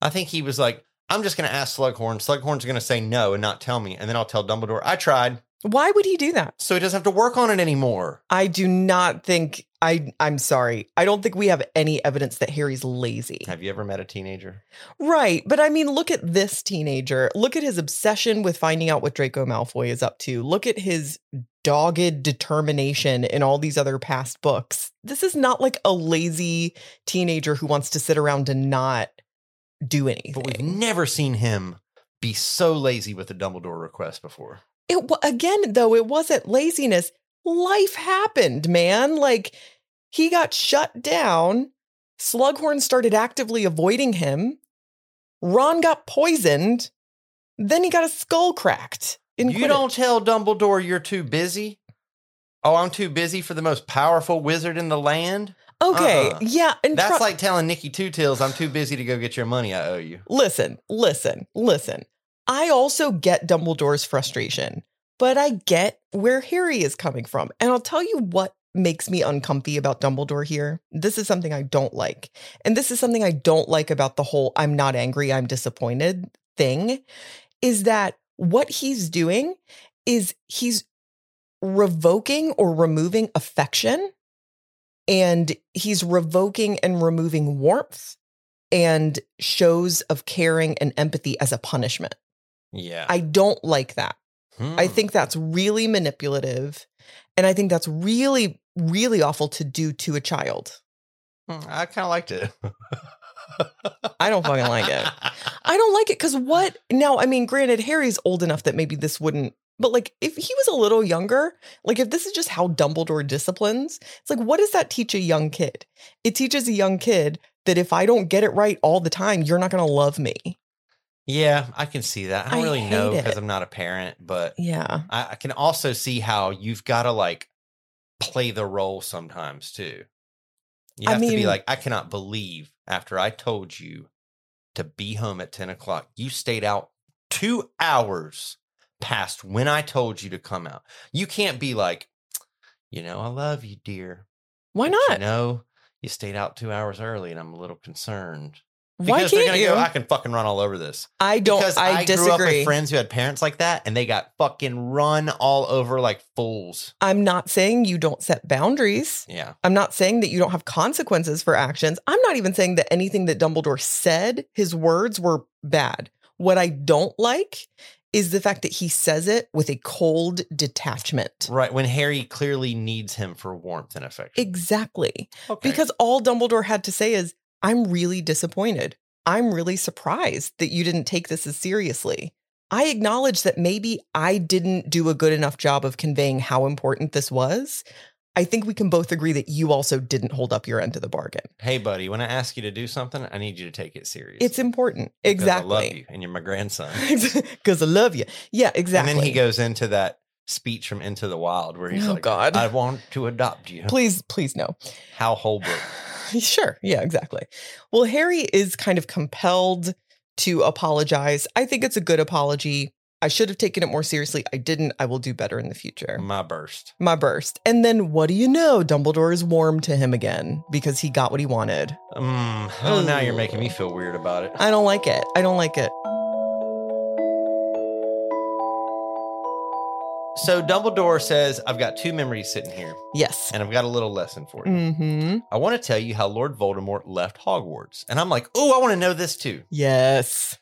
S3: I think he was like, "I'm just going to ask Slughorn. Slughorn's going to say no and not tell me, and then I'll tell Dumbledore I tried,
S1: Why would he do that?
S3: so he doesn't have to work on it anymore."
S1: I do not think I I'm sorry. I don't think we have any evidence that Harry's lazy.
S3: Have you ever met a teenager?
S1: Right. But I mean, look at this teenager. Look at his obsession with finding out what Draco Malfoy is up to. Look at his dogged determination in all these other past books. This is not like a lazy teenager who wants to sit around and not do
S3: But we've
S1: anything.
S3: never seen him be so lazy with a Dumbledore request before.
S1: It wa- again though it wasn't laziness. Life happened, man. Like he got shut down. Slughorn started actively avoiding him. Ron got poisoned. Then he got a skull cracked. in
S3: you
S1: Quidditch.
S3: don't tell Dumbledore you're too busy. Oh, I'm too busy for the most powerful wizard in the land.
S1: Okay.
S3: Uh-uh.
S1: Yeah. And
S3: That's
S1: tru-
S3: like telling Nicky Two Tails I'm too busy to go get your money I owe you.
S1: listen, listen, listen. I also get Dumbledore's frustration, but I get where Harry is coming from. And I'll tell you what makes me uncomfy about Dumbledore here. This is something I don't like. And this is something I don't like about the whole I'm not angry, I'm disappointed thing is that what he's doing is he's revoking or removing affection and he's revoking and removing warmth and shows of caring and empathy as a punishment.
S3: Yeah.
S1: I don't like that. I
S3: Hmm.
S1: think that's really manipulative. And I think that's really, really awful to do to a child.
S3: Hmm, I kind of liked it.
S1: I don't fucking like it. *laughs*
S3: *laughs*
S1: I don't like it because what? Now, I mean, granted, Harry's old enough that maybe this wouldn't, but like if he was a little younger, like if this is just how Dumbledore disciplines, it's like, what does that teach a young kid? It teaches a young kid that if I don't get it right all the time, you're not going to love me.
S3: Yeah, I can see that. I don't
S1: I
S3: really
S1: hate
S3: know
S1: it.
S3: because I'm not a parent, but
S1: Yeah.
S3: I, I can also see how you've got to like play the role sometimes too. You
S1: I
S3: have to be
S1: mean-
S3: like, I cannot believe after I told you to be home at 10 o'clock, you stayed out two hours past when I told you to come out. You can't be like, you know, I love you, dear.
S1: Why
S3: but
S1: not?
S3: You know, you stayed out two hours early and I'm a little concerned.
S1: Why
S3: they're
S1: can't
S3: gonna
S1: you?
S3: Go, I
S1: I,
S3: can fucking run all over this.
S1: don't.
S3: because
S1: I, disagree.
S3: grew up with friends who had parents like that, and they got fucking run all over like fools.
S1: I'm not saying you don't set boundaries.
S3: Yeah,
S1: I'm not saying that you don't have consequences for actions. I'm not even saying that anything that Dumbledore said, his words were bad. What I don't like is the fact that he says it with a cold detachment.
S3: right. When Harry clearly needs him for warmth and affection,
S1: Exactly.
S3: Okay.
S1: Because all Dumbledore had to say is, I'm really disappointed. I'm really surprised that you didn't take this as seriously. I acknowledge that maybe I didn't do a good enough job of conveying how important this was. I think we can both agree that you also didn't hold up your end of the bargain.
S3: hey, buddy, when I ask you to do something, I need you to take it serious.
S1: It's important.
S3: Because I love
S1: Exactly.
S3: you, and you're
S1: *laughs*
S3: my grandson.
S1: Because I love you. Yeah,
S3: And
S1: exactly.
S3: then he goes into that speech from Into the Wild where he's
S1: Oh,
S3: like,
S1: God.
S3: "I want to adopt you."
S1: Please, please no.
S3: How Holbrook?
S1: *sighs* sure. Yeah, exactly. Well, Harry is kind of compelled to apologize. I think it's a good apology. I should have taken it more seriously. I didn't. I will do better in the future.
S3: My burst.
S1: My burst. And then what do you know? Dumbledore is warm to him again because he got what he wanted.
S3: Mm, oh, now you're making me feel weird about it.
S1: I don't like it. I don't like it.
S3: So Dumbledore says, "I've got two memories sitting here,
S1: Yes.
S3: and I've got a little lesson for you."
S1: Mm-hmm.
S3: I want to tell you how Lord Voldemort left Hogwarts. And I'm like, oh, I want to know this too.
S1: Yes.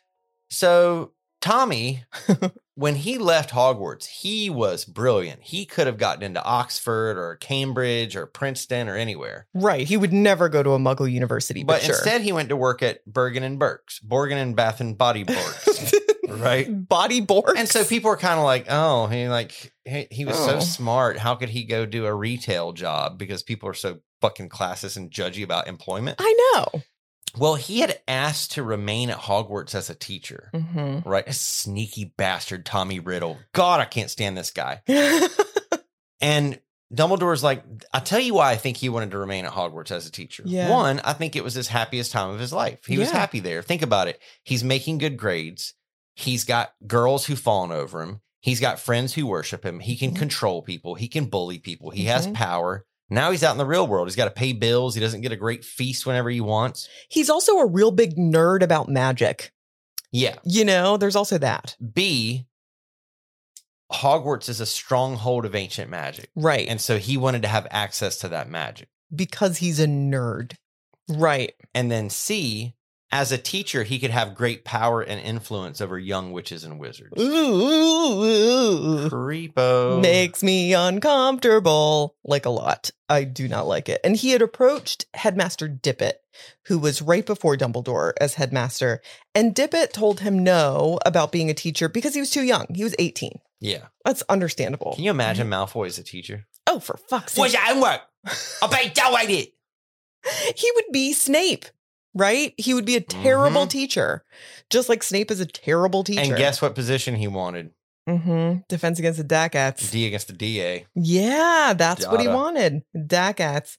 S3: So, Tommy, *laughs* when he left Hogwarts, he was brilliant. He could have gotten into Oxford or Cambridge or Princeton or anywhere.
S1: Right. He would never go to a Muggle university, but,
S3: But
S1: sure.
S3: instead, he went to work at Bergen and Burke's, Borgen and Bath and Body Works,
S1: *laughs*
S3: right?
S1: *laughs* Body board.
S3: And so people are kind of like, oh, he like he, he was so
S1: Oh.
S3: smart. How could he go do a retail job? Because people are so fucking classist and judgy about employment.
S1: I know.
S3: Well, he had asked to remain at Hogwarts as a teacher,
S1: Mm-hmm.
S3: right? A sneaky bastard, Tommy Riddle. God, I can't stand this guy. And Dumbledore's like, I'll tell you why I think he wanted to remain at Hogwarts as a teacher.
S1: Yeah.
S3: One, I think it was his happiest time of his life. He was
S1: Yeah.
S3: happy there. Think about it. He's making good grades. He's got girls who've fallen over him. He's got friends who worship him. He can
S1: Mhm.
S3: control people. He can bully people. He has
S1: Mhm.
S3: power. Now he's out in the real world. He's got to pay bills. He doesn't get a great feast whenever he wants.
S1: *laughs* He's also a real big nerd about magic.
S3: Yeah.
S1: You know, there's also that.
S3: Mm. B, Hogwarts is a stronghold of ancient magic.
S1: Right.
S3: And so he wanted to have access to that magic.
S1: because he's a nerd. Right.
S3: And then C, as a teacher, he could have great power and influence over young witches and wizards.
S1: Ooh, ooh, ooh.
S3: Creepo.
S1: Makes me uncomfortable. Like a lot. I do not like it. And he had approached Headmaster Dippet, who was right before Dumbledore as headmaster. And Dippet told him no about being a teacher because he was too young. He was 18.
S3: Yeah.
S1: That's understandable.
S3: Can you imagine Malfoy as a teacher?
S1: Oh, for fuck's sake.
S3: your
S1: *laughs*
S3: homework? I bet you I did.
S1: he would be Snape, right? He would be a terrible teacher, just like Snape is a terrible teacher.
S3: Mm-hmm. And guess what position he wanted?
S1: hmm defense against the Dakats.
S3: D against the DA.
S1: yeah, that's what he
S3: Dada.
S1: wanted. Dakats.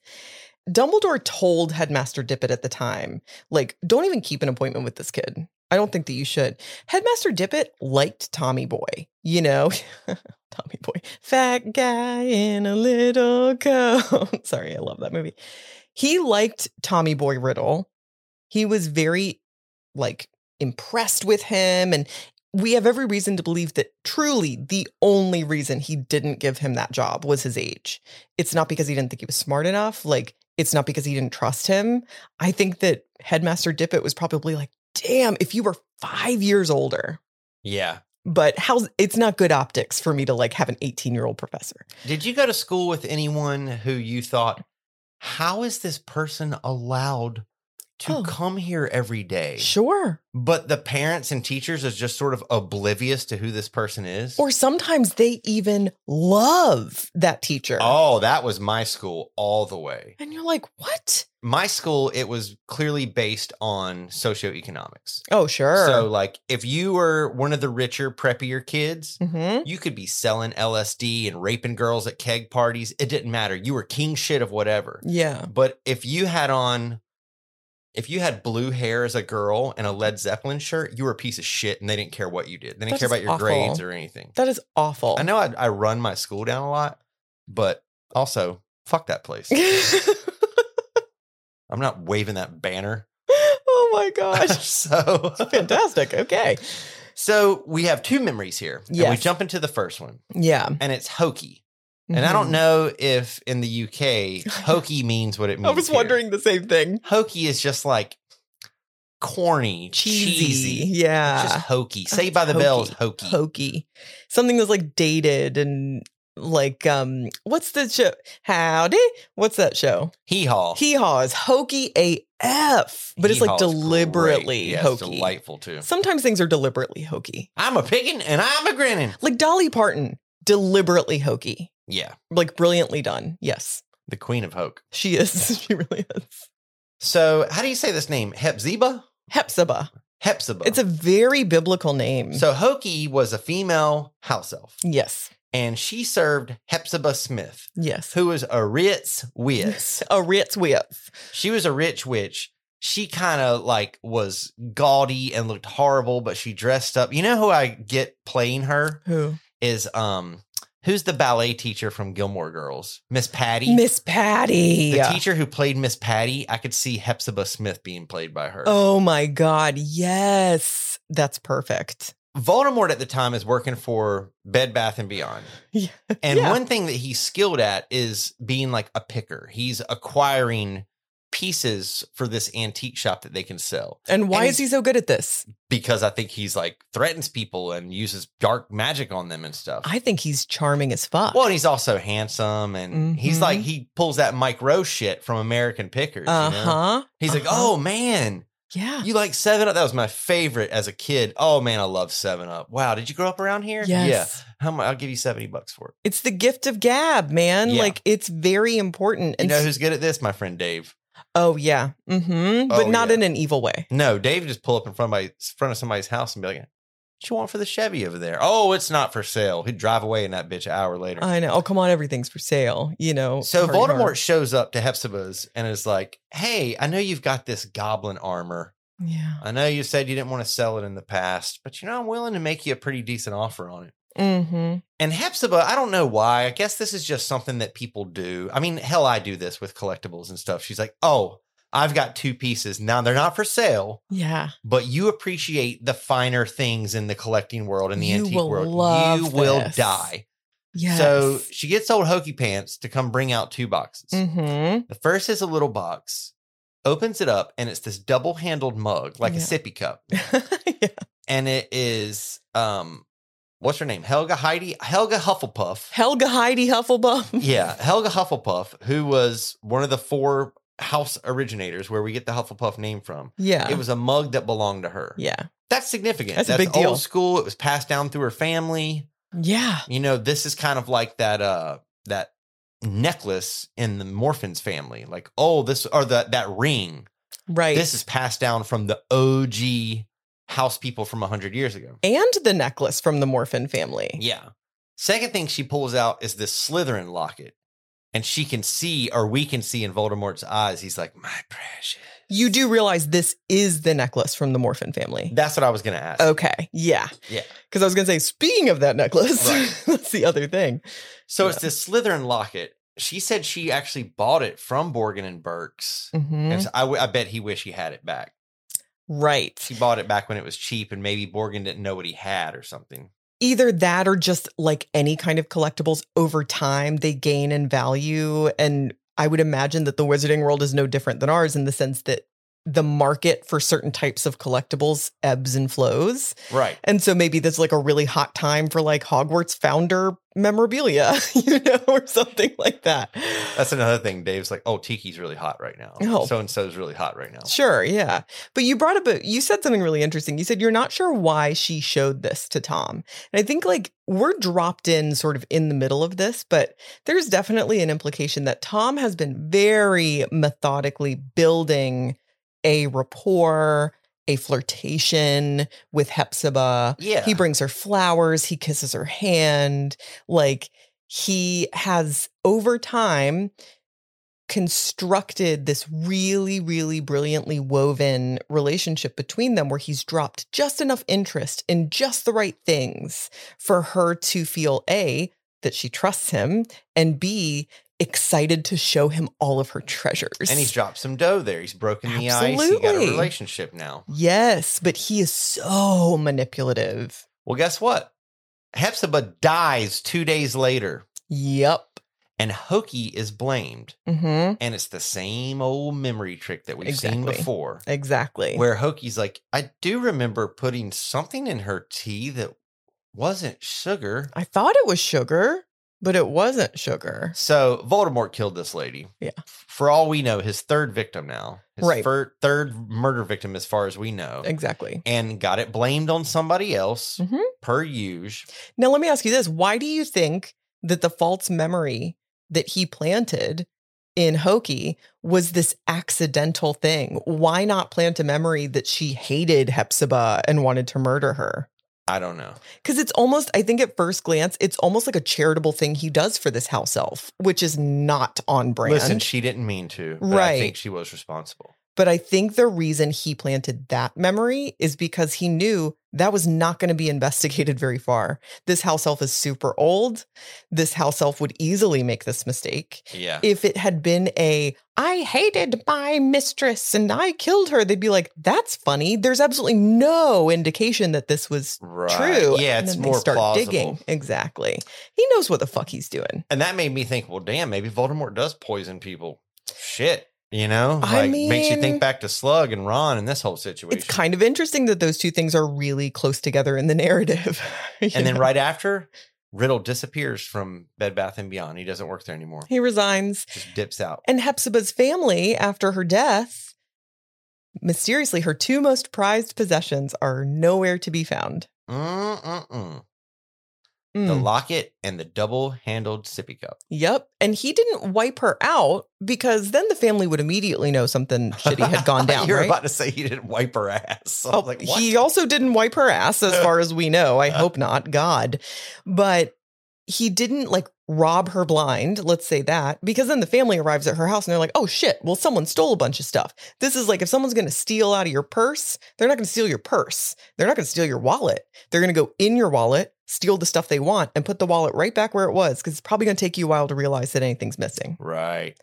S1: Dumbledore told Headmaster Dippet at the time, like, don't even keep an appointment with this kid. I don't think that you should. Headmaster Dippet liked Tommy Boy. you know, *laughs* Tommy Boy, fat guy in a little coat. *laughs* Sorry, I love that movie. He liked Tommy Boy Riddle. He was very like impressed with him and we have every reason to believe that truly the only reason he didn't give him that job was his age. It's not because he didn't think he was smart enough, like it's not because he didn't trust him. I think that Headmaster Dippet was probably like, "Damn, if you were 5 years older."
S3: Yeah.
S1: But how's it's not good optics for me to like have an 18-year-old professor.
S3: Did you go to school with anyone who you thought, how is this person allowed to
S1: Oh.
S3: come here every day?
S1: Sure.
S3: But the parents and teachers is just sort of oblivious to who this person is.
S1: Or sometimes they even love that teacher.
S3: oh, that was my school all the way.
S1: And you're like, "What?"
S3: My school, it was clearly based on socioeconomics.
S1: Oh, sure.
S3: So, like, if you were one of the richer, preppier kids,
S1: Mhm.
S3: you could be selling LSD and raping girls at keg parties. It didn't matter. You were king shit of whatever.
S1: Yeah.
S3: But if you had on, if you had blue hair as a girl and a Led Zeppelin shirt, you were a piece of shit and they didn't care what you did. They
S1: That
S3: didn't care
S1: is
S3: about your
S1: awful.
S3: grades or anything.
S1: That is awful.
S3: I know I, I run my school down a lot, but also fuck
S1: *laughs*
S3: that place. I'm not waving that
S1: *laughs*
S3: banner. *laughs*
S1: oh my gosh.
S3: so
S1: Fantastic. Okay.
S3: So we have two memories here. And we
S1: Yes. Mm-hmm.
S3: jump into the first one,
S1: Yeah.
S3: and it's hokey. And
S1: Mm-hmm.
S3: I don't know if in the
S1: *laughs*
S3: UK, hokey means what it
S1: Mhm.
S3: means.
S1: I was
S3: here.
S1: wondering the same thing.
S3: Hokey is just like corny, cheesy. It's
S1: Yeah.
S3: just hokey.
S1: Oh,
S3: Saved by the
S1: hokey.
S3: Bell is hokey.
S1: Hokey. Something that's like dated and like um what's the show? Howdy? What's that show?
S3: Hee haw.
S1: Hee haw is hokey AF, but it's like
S3: Hee-haw is Oh. great.
S1: deliberately
S3: Yeah, it's
S1: hokey.
S3: delightful too.
S1: Sometimes things are deliberately hokey.
S3: I'm a pickin' and I'm a grinnin'.
S1: Like Dolly Parton, deliberately hokey.
S3: Yeah,
S1: Like brilliantly done. Yes.
S3: the queen of hoke.
S1: She is. *laughs* She really is.
S3: So how do you say this name? Hepzibah?
S1: Hepzibah.
S3: Hepzibah.
S1: It's a very biblical name.
S3: so Hokey was a female house elf,
S1: yes,
S3: and she served Hepzibah Smith,
S1: yes.
S3: who was a Ritz
S1: *laughs*
S3: witch. *laughs*
S1: A Ritz whip.
S3: She was a rich witch. She kind of like was gaudy and looked horrible, but she dressed up. You know who I get playing her
S1: Who?
S3: is um who's the ballet teacher from Gilmore Girls? Miss Patty.
S1: Miss Patty.
S3: the teacher who played Miss Patty, I could see Hepzibah Smith being played by her.
S1: Oh my God. Yes. That's perfect.
S3: Voldemort at the time is working for Bed Bath and Beyond.
S1: *laughs* Yeah.
S3: And
S1: Yeah.
S3: one thing that he's skilled at is being like a picker. He's acquiring pieces for this antique shop that they can sell.
S1: And why
S3: And
S1: is he so good at this?
S3: because I think he's like threatens people and uses dark magic on them and stuff.
S1: I think he's charming as fuck.
S3: well, and he's also handsome and he's
S1: Mhm.
S3: like he pulls that Mike Rowe shit from American Pickers.
S1: uh
S3: you know?
S1: huh.
S3: He's like,
S1: uh-huh.
S3: oh man,
S1: Yeah.
S3: you like Seven Up? That was my favorite as a kid. Oh man, I love Seven Up. Wow, did you grow up around here? Yeah.
S1: Yes.
S3: How much? I'll give you seventy bucks for it.
S1: It's the gift of gab, man.
S3: Yeah.
S1: Like it's very important.
S3: You
S1: And
S3: know who's good at this? My friend Dave.
S1: oh yeah. Mm-hmm. But
S3: Oh,
S1: not
S3: yeah.
S1: in an evil way.
S3: No, Dave just pull up in front of my front of somebody's house and be like, "What you want for the Chevy over there? Oh, it's not for sale." He'd drive away in that bitch an hour later.
S1: I know. Oh, come on, everything's for sale. You know.
S3: So
S1: hurry,
S3: Voldemort
S1: hurry.
S3: shows up to Hepzibah's and is like, "Hey, I know you've got this goblin armor.
S1: Yeah.
S3: I know you said you didn't want to sell it in the past, but you know I'm willing to make you a pretty decent offer on it."
S1: Mm-hmm.
S3: And Hepzibah, I don't know why. I guess this is just something that people do. I mean, hell, I do this with collectibles and stuff. She's like, "Oh, I've got two pieces. Now they're not for sale,
S1: Yeah.
S3: but you appreciate the finer things in the collecting world and the
S1: You
S3: antique
S1: will
S3: world.
S1: love
S3: you will
S1: this.
S3: die."
S1: Yes.
S3: So she gets old Hokey Pants to come bring out two boxes. *laughs*
S1: hmm
S3: The first is a little box, opens it up, and it's this double handled mug, like a
S1: Yeah.
S3: sippy cup.
S1: yeah.
S3: And it is, um, what's her name? Helga Heidi, Helga Hufflepuff.
S1: *laughs* Helga Heidi Hufflepuff. *laughs*
S3: Yeah, Helga Hufflepuff, who was one of the four house originators where we get the Hufflepuff name from.
S1: Yeah.
S3: It was a mug that belonged to her.
S1: yeah.
S3: That's significant.
S1: That's a big deal.
S3: old school. It was passed down through her family.
S1: Yeah.
S3: You know, this is kind of like that uh that necklace in the Morphins family. Like, oh, this or that that ring.
S1: Right.
S3: This is passed down from the OG house people from 100 years ago.
S1: and the necklace from the Morphin family.
S3: Yeah. Second thing she pulls out is this Slytherin locket. And she can see, or we can see in Voldemort's eyes, he's like, My precious.
S1: You do realize this is the necklace from the Morphin family.
S3: That's what I was going to ask.
S1: Okay. Yeah.
S3: Yeah.
S1: Because I was going to say, speaking of that necklace,
S3: Right.
S1: *laughs* that's the other thing.
S3: So it's this Slytherin locket. She said she actually bought it from Borgin and Burks.
S1: Mhm.
S3: And so I, w- I bet he wish he had it back.
S1: Right.
S3: She bought it back when it was cheap, and maybe Borgin didn't know what he had or something.
S1: Either that or just like any kind of collectibles over time, they gain in value. And I would imagine that the wizarding world is no different than ours in the sense that the market for certain types of collectibles ebbs and flows.
S3: Right.
S1: And so maybe there's like a really hot time for like Hogwarts founder memorabilia, *laughs* you know, or something like that.
S3: That's another thing. Dave's like, oh, Tiki's really hot right now.
S1: Oh.
S3: So and so's really hot right now.
S1: Sure, yeah. But you brought up a you said something really interesting. You said you're not sure why she showed this to Tom. And I think like we're dropped in sort of in the middle of this, but there's definitely an implication that Tom has been very methodically building a rapport, a flirtation with Hepzibah.
S3: Yeah.
S1: He brings her flowers, he kisses her hand. Like he has over time constructed this really, really brilliantly woven relationship between them where he's dropped just enough interest in just the right things for her to feel A, that she trusts him, and B, excited to show him all of her treasures.
S3: and he's dropped some dough there. He's broken the ice. He got a
S1: Absolutely.
S3: relationship now.
S1: Yes, but he is so manipulative.
S3: Well, guess what? Hepzibah dies two days later,
S1: Yep.
S3: and Hoki is blamed.
S1: hmm
S3: And it's the same old memory trick that we've seen
S1: Exactly.
S3: before.
S1: Exactly.
S3: Where Hoki's like, I do remember putting something in her tea that wasn't sugar.
S1: I thought it was sugar, but it wasn't sugar.
S3: So Voldemort killed this lady.
S1: Yeah.
S3: For all we know, his third victim now. His
S1: Right.
S3: fir- third murder victim, as far as we know.
S1: Exactly.
S3: And got it blamed on somebody else,
S1: Mhm.
S3: per usual.
S1: Now, let me ask you this why do you think that the false memory that he planted in Hokie was this accidental thing? Why not plant a memory that she hated Hepzibah and wanted to murder her?
S3: I don't know.
S1: Because it's almost, I think at first glance, it's almost like a charitable thing he does for this house elf, which is not on brand.
S3: Listen, she didn't mean to. But I
S1: Right.
S3: think she was responsible.
S1: But I think the reason he planted that memory is because he knew that was not going to be *laughs* investigated very far. This house elf is super old. This house elf would easily make this mistake.
S3: Yeah.
S1: If it had been a, I hated my mistress and I killed her, they'd be like, that's funny. There's absolutely no indication that this was
S3: right.
S1: true.
S3: Yeah,
S1: And
S3: it's
S1: then they
S3: more
S1: start
S3: plausible.
S1: digging. Exactly. He knows what the fuck he's doing.
S3: And that made me think, well, damn, maybe Voldemort does poison people. Shit. You know? Like
S1: I
S3: makes you
S1: mean-
S3: think back to Slug and Ron and this whole situation.
S1: It's kind of interesting that those two things are really close together in the *laughs* narrative. You
S3: and then
S1: know?
S3: right after, Riddle disappears from Bed Bath and Beyond. He doesn't work there anymore.
S1: He resigns.
S3: Just dips out.
S1: And Hepzibah's family, after her death, mysteriously, her two most prized possessions are nowhere to be found.
S3: Mm-mm-mm. The
S1: Mm.
S3: locket and the double-handled sippy cup.
S1: Yep. And he didn't wipe her out because then the family would immediately know something shitty
S3: *laughs*
S1: had gone down.
S3: You're
S1: right?
S3: about to say you didn't wipe her ass. *laughs* So I
S1: Oh,
S3: was like, what?
S1: he also didn't wipe her ass, as far as we know. I
S3: *laughs*
S1: hope not, God. But he didn't like rob her blind, let's say that, because then the family arrives at her house and they're like, oh shit, well, someone stole a bunch of stuff. This is like if someone's going to steal out of your purse, they're not going to steal your purse. They're not going to steal your wallet. They're going to go in your wallet, steal the stuff they want, and put the wallet right back where it was because it's probably going to take you a while to realize that anything's missing.
S3: right.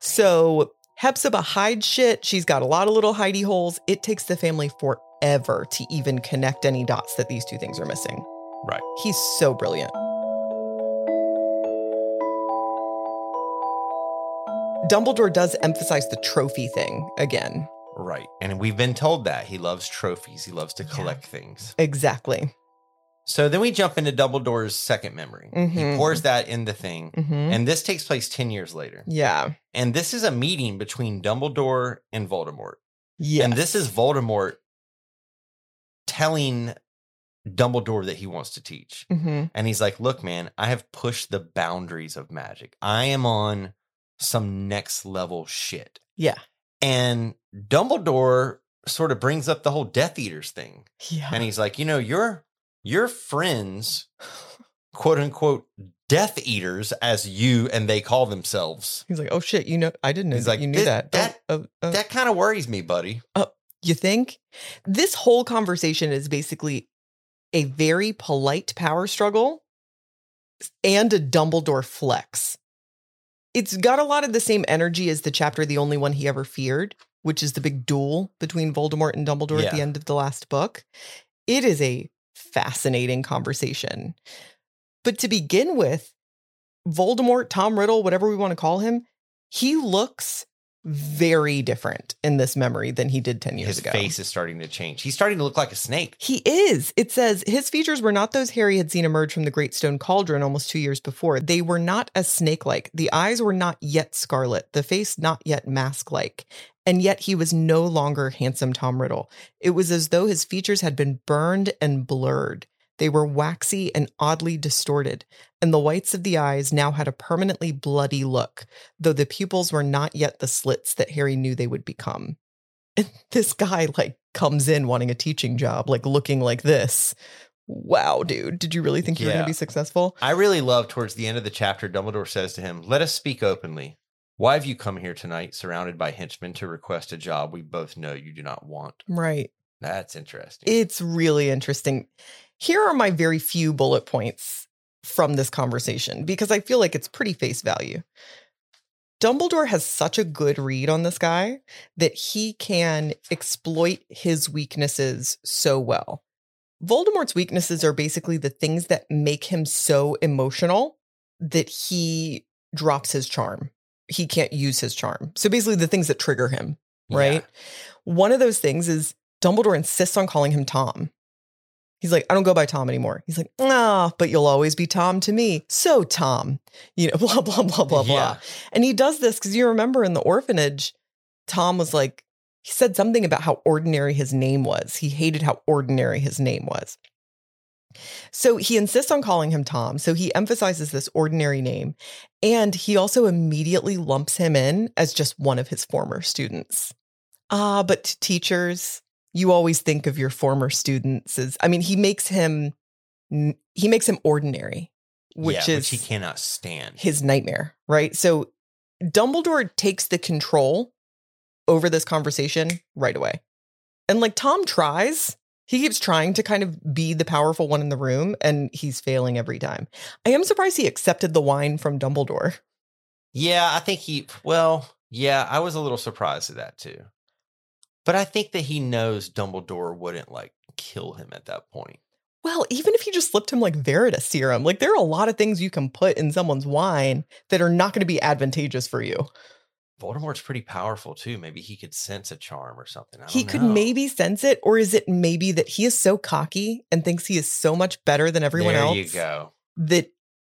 S1: So Hepzibah hides shit. She's got a lot of little hidey holes. It takes the family forever to even connect any dots that these two things are missing.
S3: Right.
S1: He's so brilliant. Dumbledore does emphasize the trophy thing again.
S3: Right. And we've been told that. He loves trophies. He loves to collect things.
S1: Exactly.
S3: So then we jump into Dumbledore's second memory. He
S1: Mhm.
S3: pours that in the thing.
S1: hmm
S3: And this takes place 10 years later.
S1: Yeah.
S3: And this is a meeting between Dumbledore and Voldemort.
S1: Yeah.
S3: And this is Voldemort telling Dumbledore that he wants to teach.
S1: Mhm.
S3: And he's like, Look, man, I have pushed the boundaries of magic. I am on some next level shit.
S1: Yeah.
S3: And Dumbledore sort of brings up the whole Death Eaters thing.
S1: Yeah.
S3: And he's like, You know, your your friends, quote unquote, Death Eaters, as you and they call themselves.
S1: He's like, oh shit, you know, I didn't know
S3: He's
S1: that
S3: like,
S1: you knew
S3: "This-
S1: that. Oh,
S3: that-
S1: oh, oh."
S3: That kind of worries me, buddy.
S1: You think? This whole conversation is basically a very polite power struggle and a Dumbledore flex. It's got a lot of the same energy as the chapter The Only One He Ever Feared, which is the big duel between Voldemort and Dumbledore at the
S3: Yeah.
S1: end of the last book. It is a fascinating conversation. But to begin with, Voldemort, Tom Riddle, whatever we want to call him, he looks very different in this memory than he did 10 years
S3: His
S1: ago.
S3: face is starting to change. He's starting to look like a snake.
S1: He is. It says his features were not those Harry had seen emerge from the Great Stone Cauldron almost two years before. They were not as snake like. The eyes were not yet scarlet, the face not yet mask like. And yet he was no longer handsome Tom Riddle. It was as though his features had been burned and blurred. They were waxy and oddly distorted, and the whites of the eyes now had a permanently bloody look, though the pupils were not yet the slits that Harry knew they would become and *laughs* this guy like comes in wanting a teaching job, like looking like this. Wow, dude, did you really think you were going
S3: Yeah.
S1: to be successful?
S3: I really love towards the end of the chapter, Dumbledore says to him, Let us speak openly. Why have you come here tonight, surrounded by henchmen, to request a job we both know you do not want?
S1: Right.
S3: That's interesting.
S1: It's really interesting. Here are my very few bullet points from this conversation because I feel like it's pretty face value. Dumbledore has such a good read on this guy that he can exploit his weaknesses so well. Voldemort's weaknesses are basically the things that make him so emotional that he drops his charm. He can't use his charm. So basically, the things that trigger him
S3: Yeah.
S1: right? One of those things is Dumbledore insists on calling him Tom. He's like, I don't go by Tom anymore. He's like, ah, but you'll always be Tom to me. So Tom, you know, *laughs* blah, blah, blah, blah, blah.
S3: Yeah.
S1: And he does this because you remember in the orphanage, Tom was like, he said something about how ordinary his name was. He hated how ordinary his name was. So he insists on calling him Tom. So he emphasizes this ordinary name. And he also immediately lumps him in as just one of his former students. Ah, but to teachers, you always think of your former students as, I mean, he makes him, he makes him ordinary, which
S3: Yeah,
S1: is
S3: which he cannot stand.
S1: his nightmare, right? So Dumbledore takes the control over this conversation right away. And like Tom tries, he keeps trying to kind of be the powerful one in the room and he's failing every time. I am surprised he accepted the wine from Dumbledore.
S3: Yeah, I think he, well, yeah, I was a little surprised at that too. But I think that he knows Dumbledore wouldn't like kill him at that point.
S1: Well, even if you just slipped him like Veritas serum, like there are a lot of things you can put in someone's wine that are not going to be advantageous for you.
S3: Oh, Voldemort's pretty powerful too. Maybe he could sense a charm or something. I
S1: he
S3: don't
S1: could
S3: know.
S1: maybe sense it, or is it maybe that he is so cocky and thinks he is so much better than everyone
S3: there
S1: else?
S3: you go.
S1: that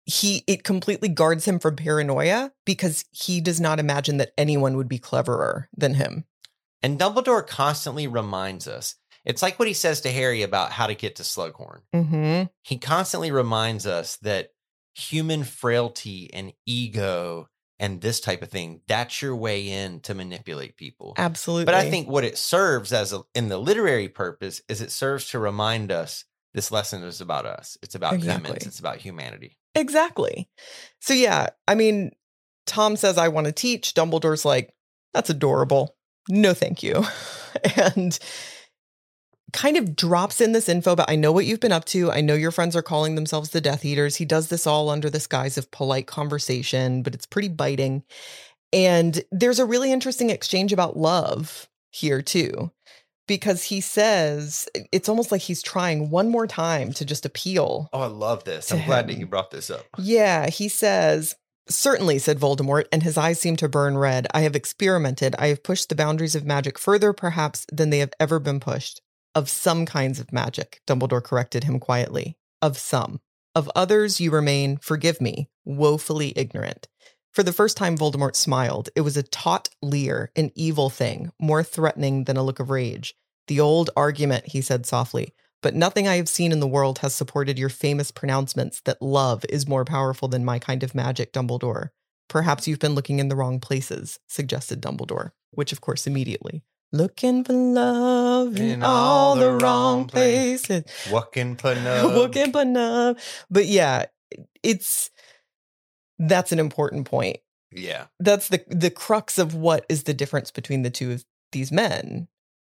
S1: he it completely guards him from paranoia because he does not imagine that anyone would be cleverer than him.
S3: And Dumbledore constantly reminds us. It's like what he says to Harry about how to get to Slughorn.
S1: Mm-hmm.
S3: He constantly reminds us that human frailty and ego and this type of thing, that's your way in to manipulate people.
S1: Absolutely.
S3: But I think what it serves as a, in the literary purpose is it serves to remind us this lesson is about us. It's about humans.
S1: Exactly.
S3: It's about humanity.
S1: exactly. So yeah, I mean, Tom says I want to teach. Dumbledore's like, that's adorable. No, thank you. *laughs* and kind of drops in this info about I know what you've been up to. I know your friends are calling themselves the Death Eaters. He does this all under this guise of polite conversation, but it's pretty biting. And there's a really interesting exchange about love here too. Because he says it's almost like he's trying one more time to just appeal
S3: Oh, I love this.
S1: To
S3: I'm glad that
S1: him.
S3: you brought this up.
S1: yeah, he says, Certainly, said Voldemort, and his eyes seemed to burn red. I have experimented. I have pushed the boundaries of magic further, perhaps, than they have ever been pushed. Of some kinds of magic, Dumbledore corrected him quietly. Of some. Of others, you remain, forgive me, woefully ignorant. For the first time, Voldemort smiled. It was a taut leer, an evil thing, more threatening than a look of rage. The old argument, he said softly but nothing I have seen in the world has supported your famous pronouncements that love is more powerful than my kind of magic, Dumbledore. Perhaps you've been looking in the wrong places, suggested Dumbledore, which, of course, immediately. Looking for love in, all, the, wrong *laughs* places.
S3: Walking
S1: Looking for love. But yeah, it's That's an important point.
S3: Yeah.
S1: That's the the crux of what is the difference between the two of these men.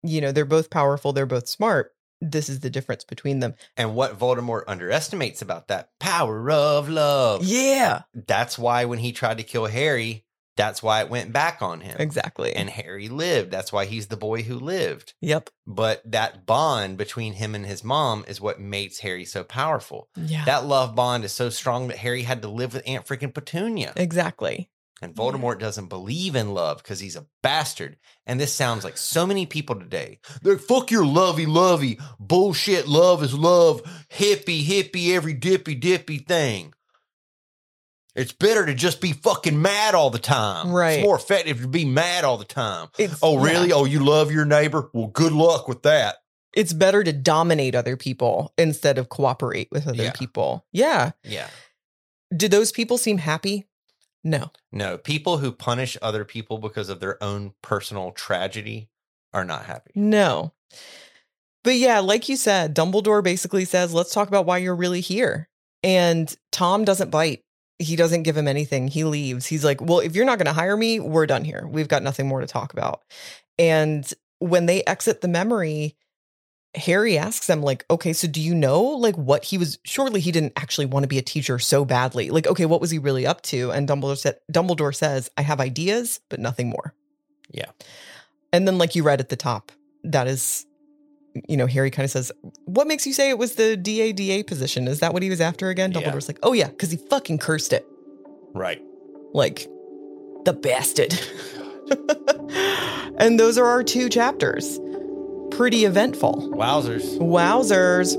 S1: You know, they're both powerful, they're both smart. This is the difference between them.
S3: And what Voldemort underestimates about that power of love.
S1: Yeah.
S3: That's why when he tried to kill Harry, that's why it went back on him.
S1: Exactly.
S3: And Harry lived. That's why he's the boy who lived.
S1: yep.
S3: But that bond between him and his mom is what makes Harry so powerful.
S1: Yeah.
S3: That love bond is so strong that Harry had to live with Aunt freaking Petunia.
S1: exactly.
S3: And Voldemort doesn't believe in love because he's a bastard. And this sounds like so many people today. They're fuck your lovey lovey bullshit. Love is love. Hippie hippie every dippy dippy thing. It's better to just be fucking mad all the time.
S1: Right.
S3: It's more effective to be mad all the time.
S1: It's
S3: Oh
S1: yeah.
S3: really? Oh you love your neighbor? Well good luck with that.
S1: It's better to dominate other people instead of cooperate with other
S3: Yeah.
S1: people. Yeah.
S3: Yeah.
S1: Do those people seem happy? No.
S3: No, people who punish other people because of their own personal tragedy are not happy.
S1: No. But yeah, like you said, Dumbledore basically says, let's talk about why you're really here. And Tom doesn't bite. He doesn't give him anything. He leaves. He's like, well, if you're not going to hire me, we're done here. We've got nothing more to talk about. And when they exit the memory, Harry asks them, like, okay, so do you know, like, what he was? Surely he didn't actually want to be a teacher so badly. Like, okay, what was he really up to? And Dumbledore said, Dumbledore says, I have ideas, but nothing more.
S3: Yeah.
S1: And then, like you read at the top, that is, you know, Harry kind of says, What makes you say it was the DADA position? Is that what he was after again?
S3: Yeah.
S1: Dumbledore's like, Oh, yeah, because he fucking cursed it.
S3: Right.
S1: Like, the bastard. *laughs* and those are our two chapters. Pretty eventful.
S3: Wowzers.
S1: Wowzers.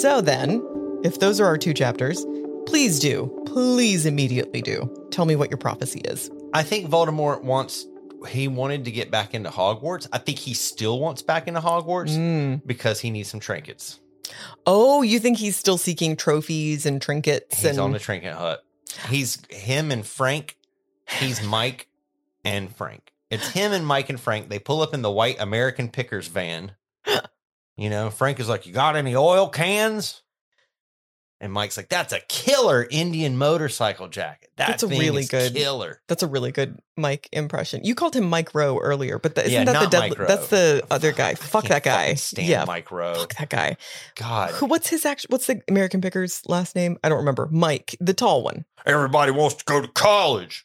S1: So then, if those are our two chapters, please do, please immediately do tell me what your prophecy is.
S3: I think Voldemort wants he wanted to get back into Hogwarts. I think he still wants back into Hogwarts
S1: Mm.
S3: because he needs some trinkets.
S1: Oh, you think he's still seeking trophies and trinkets
S3: He's
S1: and
S3: on the trinket hut. He's him and Frank.
S1: *sighs*
S3: He's Mike and Frank. It's him and Mike and Frank. They pull up in the white American
S1: *gasps*
S3: Pickers van. You know, Frank is like, "You got any oil cans?" And Mike's like, "That's a killer Indian motorcycle jacket. That
S1: That's a
S3: thing
S1: really
S3: is
S1: good-
S3: killer."
S1: that's a really good Mike impression. You called him Mike Rowe earlier, but that, isn't
S3: Yeah,
S1: that the
S3: not
S1: deadly,
S3: Mike Rowe.
S1: that's the other
S3: I
S1: guy. Fuck
S3: can't
S1: that guy.
S3: fucking Stand
S1: yeah,
S3: Mike Rowe.
S1: fuck that guy.
S3: God,
S1: Who- What's his actual? What's the American Picker's last name? I don't remember. Mike, the tall one.
S3: Everybody wants to go to college.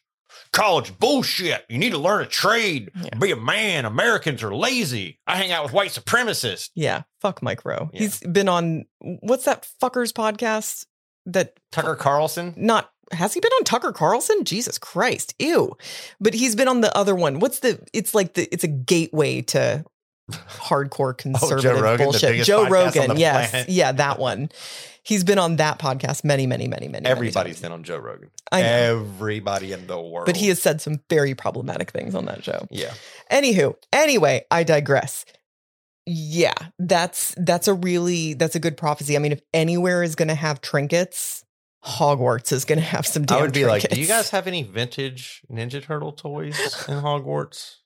S3: College bullshit. You need to learn a trade,
S1: Yeah.
S3: be a man. Americans are lazy. I hang out with white supremacists.
S1: Yeah, fuck Mike Rowe.
S3: Yeah.
S1: He's been on what's that fucker's podcast? That
S3: Tucker Carlson.
S1: not has he been on Tucker Carlson? Jesus Christ, ew! But he's been on the other one. What's the? It's like the it's a gateway
S3: *laughs*
S1: to hardcore conservative
S3: Oh, Rogan, the
S1: bullshit.
S3: biggest
S1: Joe
S3: podcast on
S1: Rogan,
S3: the
S1: yes,
S3: planet.
S1: yeah, that one. He's been on that podcast many, many, many, many. many
S3: Everybody's
S1: times.
S3: been on Joe Rogan.
S1: I know.
S3: Everybody in the world.
S1: but he has said some very problematic things on that show.
S3: Yeah.
S1: Anywho, anyway, I digress. Yeah, that's that's a really that's a good prophecy. I mean, if anywhere is going to have trinkets, Hogwarts is going to have some. Damn
S3: I would be like, do you guys
S1: trinkets."
S3: have any vintage Ninja Turtle toys in Hogwarts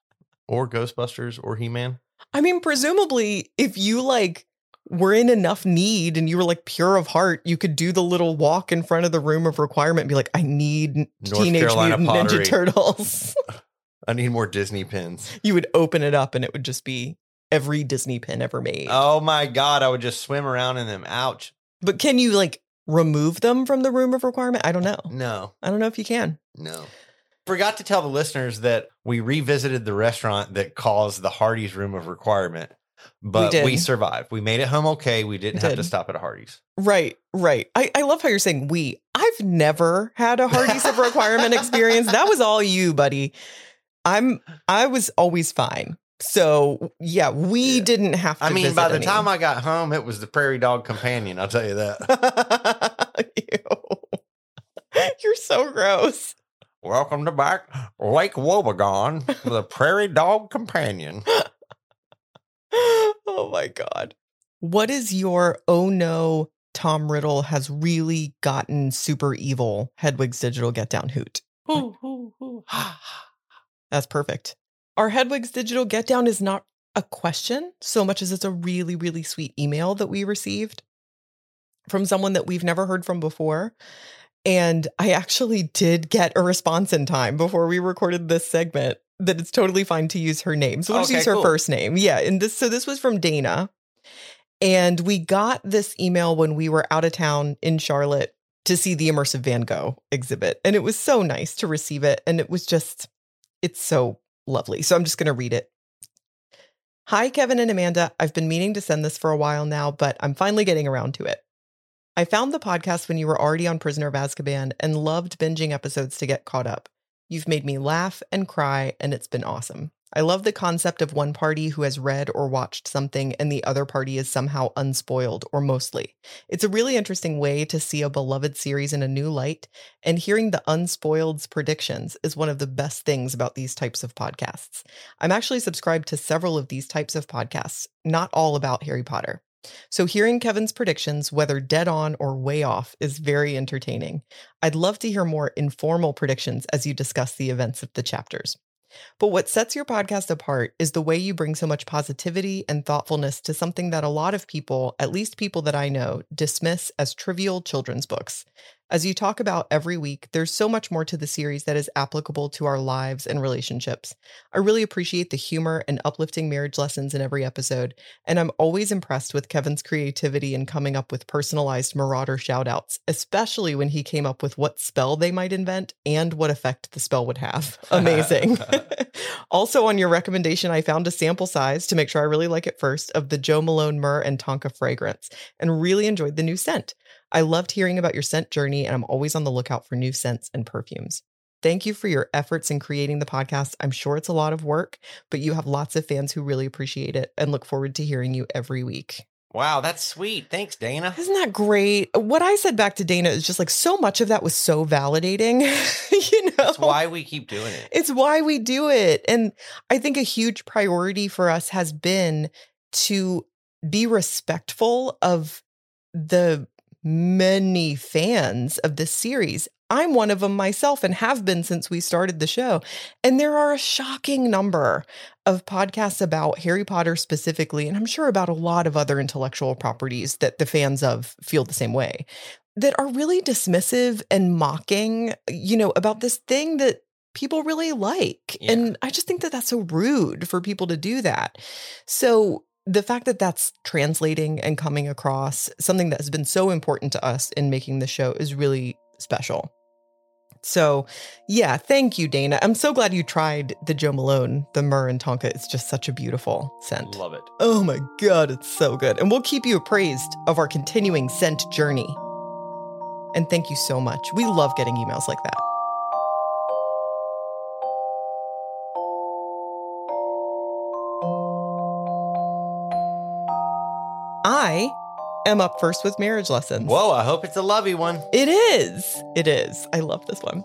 S3: or Ghostbusters or He Man?
S1: I mean, presumably, if you like were in enough need and you were like pure of heart, you could do the little walk in front of the room of requirement and be like, I need Teenage
S3: Carolina
S1: Mutant
S3: pottery.
S1: Ninja Turtles. *laughs*
S3: I need more Disney pins.
S1: you would open it up and it would just be every Disney pin ever made.
S3: Oh my God. I would just swim around in them. Ouch.
S1: But can you like remove them from the room of requirement? I don't know.
S3: No.
S1: I don't know if you can.
S3: No. Forgot to tell the listeners that we revisited the restaurant that caused the Hardee's room of requirement, but we,
S1: did.
S3: survived. We made it home okay. We
S1: We
S3: didn't have
S1: did.
S3: to stop at a Hardee's.
S1: Right, right. I, I love how you're saying we. I've never had a Hardee's
S3: *laughs*
S1: of requirement experience. That was all you, buddy. I'm I was always fine. So yeah, we
S3: Yeah.
S1: didn't have to.
S3: I mean,
S1: visit
S3: by the
S1: any.
S3: time I got home, it was the Prairie Dog Companion. I'll tell you that.
S1: *laughs* Ew. *laughs* You're so gross. *gasps*
S3: Welcome to back Lake Wobegon, the Prairie Dog Companion.
S1: Oh my god. What is your oh no Tom Riddle has really gotten super evil Hedwig's digital get down hoot? *gasps* That's perfect. Our Hedwig's digital get down is not a question so much as it's a really, really sweet email that we received from someone that we've never heard from before. And I actually did get a response in time before we recorded this segment that it's totally fine to use her name. So we'll just
S3: Okay,
S1: use her
S3: cool.
S1: first name. Yeah. And this, so this was from Dana. And we got this email when we were out of town in Charlotte to see the immersive Van Gogh exhibit. And it was so nice to receive it. And it was just, it's so lovely. So I'm just going to read it. Hi, Kevin and Amanda. I've been meaning to send this for a while now, but I'm finally getting around to it. I found the podcast when you were already on Prisoner of Azkaban and loved binging episodes to get caught up. You've made me laugh and cry, and it's been awesome. I love the concept of one party who has read or watched something and the other party is somehow unspoiled, or mostly. It's a really interesting way to see a beloved series in a new light, and hearing the unspoiled's predictions is one of the best things about these types of podcasts. I'm actually subscribed to several of these types of podcasts, not all about Harry Potter. So, hearing Kevin's predictions, whether dead on or way off, is very entertaining. I'd love to hear more informal predictions as you discuss the events of the chapters. But what sets your podcast apart is the way you bring so much positivity and thoughtfulness to something that a lot of people, at least people that I know, dismiss as trivial children's books. As you talk about every week, there's so much more to the series that is applicable to our lives and relationships. I really appreciate the humor and uplifting marriage lessons in every episode, and I'm always impressed with Kevin's creativity in coming up with personalized Marauder shoutouts, especially when he came up with what spell they might invent and what effect the spell would have. *laughs* Amazing. also, on your recommendation, I found a sample size to make sure I really like it first of the Joe Malone Myrrh and Tonka fragrance and really enjoyed the new scent. I loved hearing about your scent journey, and I'm always on the lookout for new scents and perfumes. Thank you for your efforts in creating the podcast. I'm sure it's a lot of work, but you have lots of fans who really appreciate it and look forward to hearing you every week.
S3: Wow, that's sweet. Thanks, Dana.
S1: Isn't that great? What I said back to Dana is just like so much of that was so validating. *laughs* you know,
S3: That's why we keep
S1: *laughs*
S3: doing it.
S1: it's why we do it. And I think a huge priority for us has been to be respectful of the many fans of this series. I'm one of them myself and have been since we started the show. And there are a shocking number of podcasts about Harry Potter specifically, and I'm sure about a lot of other intellectual properties that the fans of feel the same way, that are really dismissive and mocking, you know, about this thing that people really like.
S3: Yeah.
S1: And I just think that that's so rude for people to do that. So the fact that that's translating and coming across something that has been so important to us in making the show is really special. So, yeah, thank you, Dana. I'm so glad you tried the Joe Malone, the myrrh and tonka. It's just such a beautiful scent.
S3: Love it.
S1: Oh my God, it's so good. And we'll keep you appraised of our continuing scent journey. And thank you so much. We love getting emails like that. I am up first with marriage lessons.
S3: Whoa, I hope it's a lovey one.
S1: It is. It is. I love this one.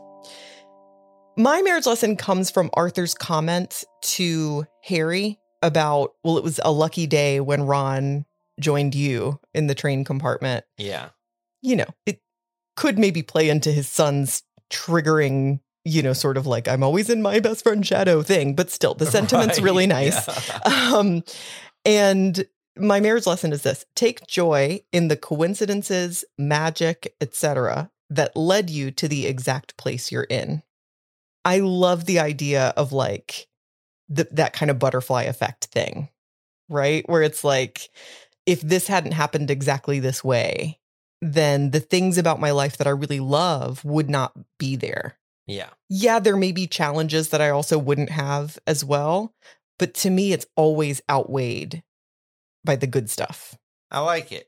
S1: My marriage lesson comes from Arthur's comment to Harry about, well, it was a lucky day when Ron joined you in the train compartment.
S3: Yeah.
S1: You know, it could maybe play into his son's triggering, you know, sort of like, I'm always in my best friend shadow thing, but still,
S3: *laughs*
S1: the sentiment's
S3: Right.
S1: really nice.
S3: Yeah.
S1: Um, and my marriage lesson is this: take joy in the coincidences, magic, etc., that led you to the exact place you're in. I love the idea of like th- that kind of butterfly effect thing, right? Where it's like, if this hadn't happened exactly this way, then the things about my life that I really love would not be there
S3: *laughs* Yeah.
S1: yeah, there may be challenges that I also wouldn't have as well. But to me, it's always outweighed by the good stuff.
S3: I like it.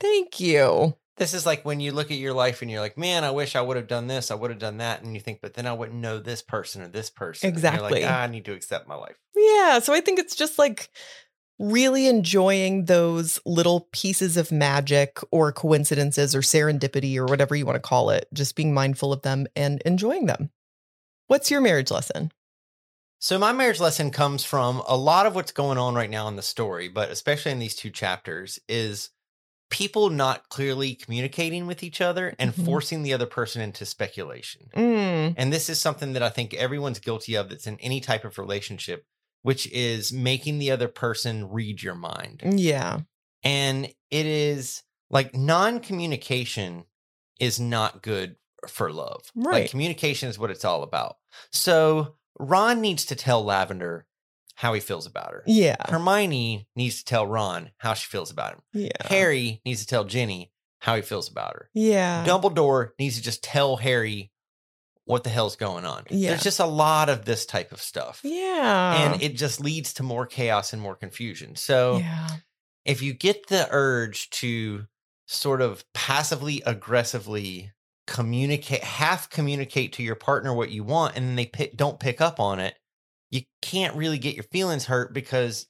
S1: Thank you.
S3: This is like when you look at your life and you're like, man, I wish I would have done this, I would have done that. And you think, but then I wouldn't know this person or this person. And you're like,
S1: Exactly.
S3: "Ah, I need to accept my life.
S1: Yeah. So I think it's just like really enjoying those little pieces of magic or coincidences or serendipity or whatever you want to call it, just being mindful of them and enjoying them. What's your marriage lesson?
S3: So my marriage lesson comes from a lot of what's going on right now in the story, but especially in these two chapters is people not clearly communicating with each other and
S1: Mhm.
S3: forcing the other person into speculation.
S1: Mm,
S3: And this is something that I think everyone's guilty of that's in any type of relationship. which is making the other person read your mind.
S4: Yeah.
S3: And it is like non communication is not good for love.
S4: Right.
S3: Like communication is what it's all about. So Ron needs to tell Lavender how he feels about her.
S4: Yeah.
S3: Hermione needs to tell Ron how she feels about him.
S4: Yeah.
S3: Harry needs to tell Jenny how he feels about her.
S4: Yeah.
S3: Dumbledore needs to just tell Harry what the hell's going on.
S4: Yeah.
S3: There's just a lot of this type of stuff.
S4: yeah.
S3: And it just leads to more chaos and more confusion. So
S4: yeah.
S3: if you get the urge to sort of passively aggressively communicate half communicate to your partner what you want and then they pick, don't pick up on it you can't really get your feelings hurt because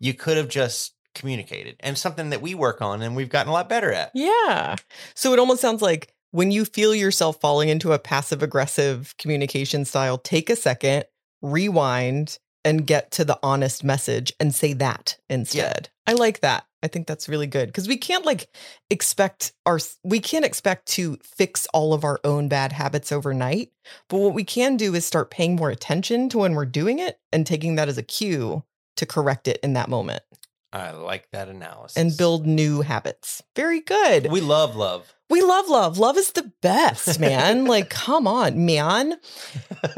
S3: you could have just communicated and something that we work on and we've gotten a lot better at
S4: Yeah. So it almost sounds like when you feel yourself falling into a passive aggressive communication style, take a second, rewind, and get to the honest message and say that instead. I like that. I think that's really good because we can't like expect our, we can't expect to fix all of our own bad habits overnight. But what we can do is start paying more attention to when we're doing it and taking that as a cue to correct it in that moment
S3: i like that analysis
S4: and build new habits. Very good.
S3: we love love
S4: We love love. Love is the best, man. like, come on, man.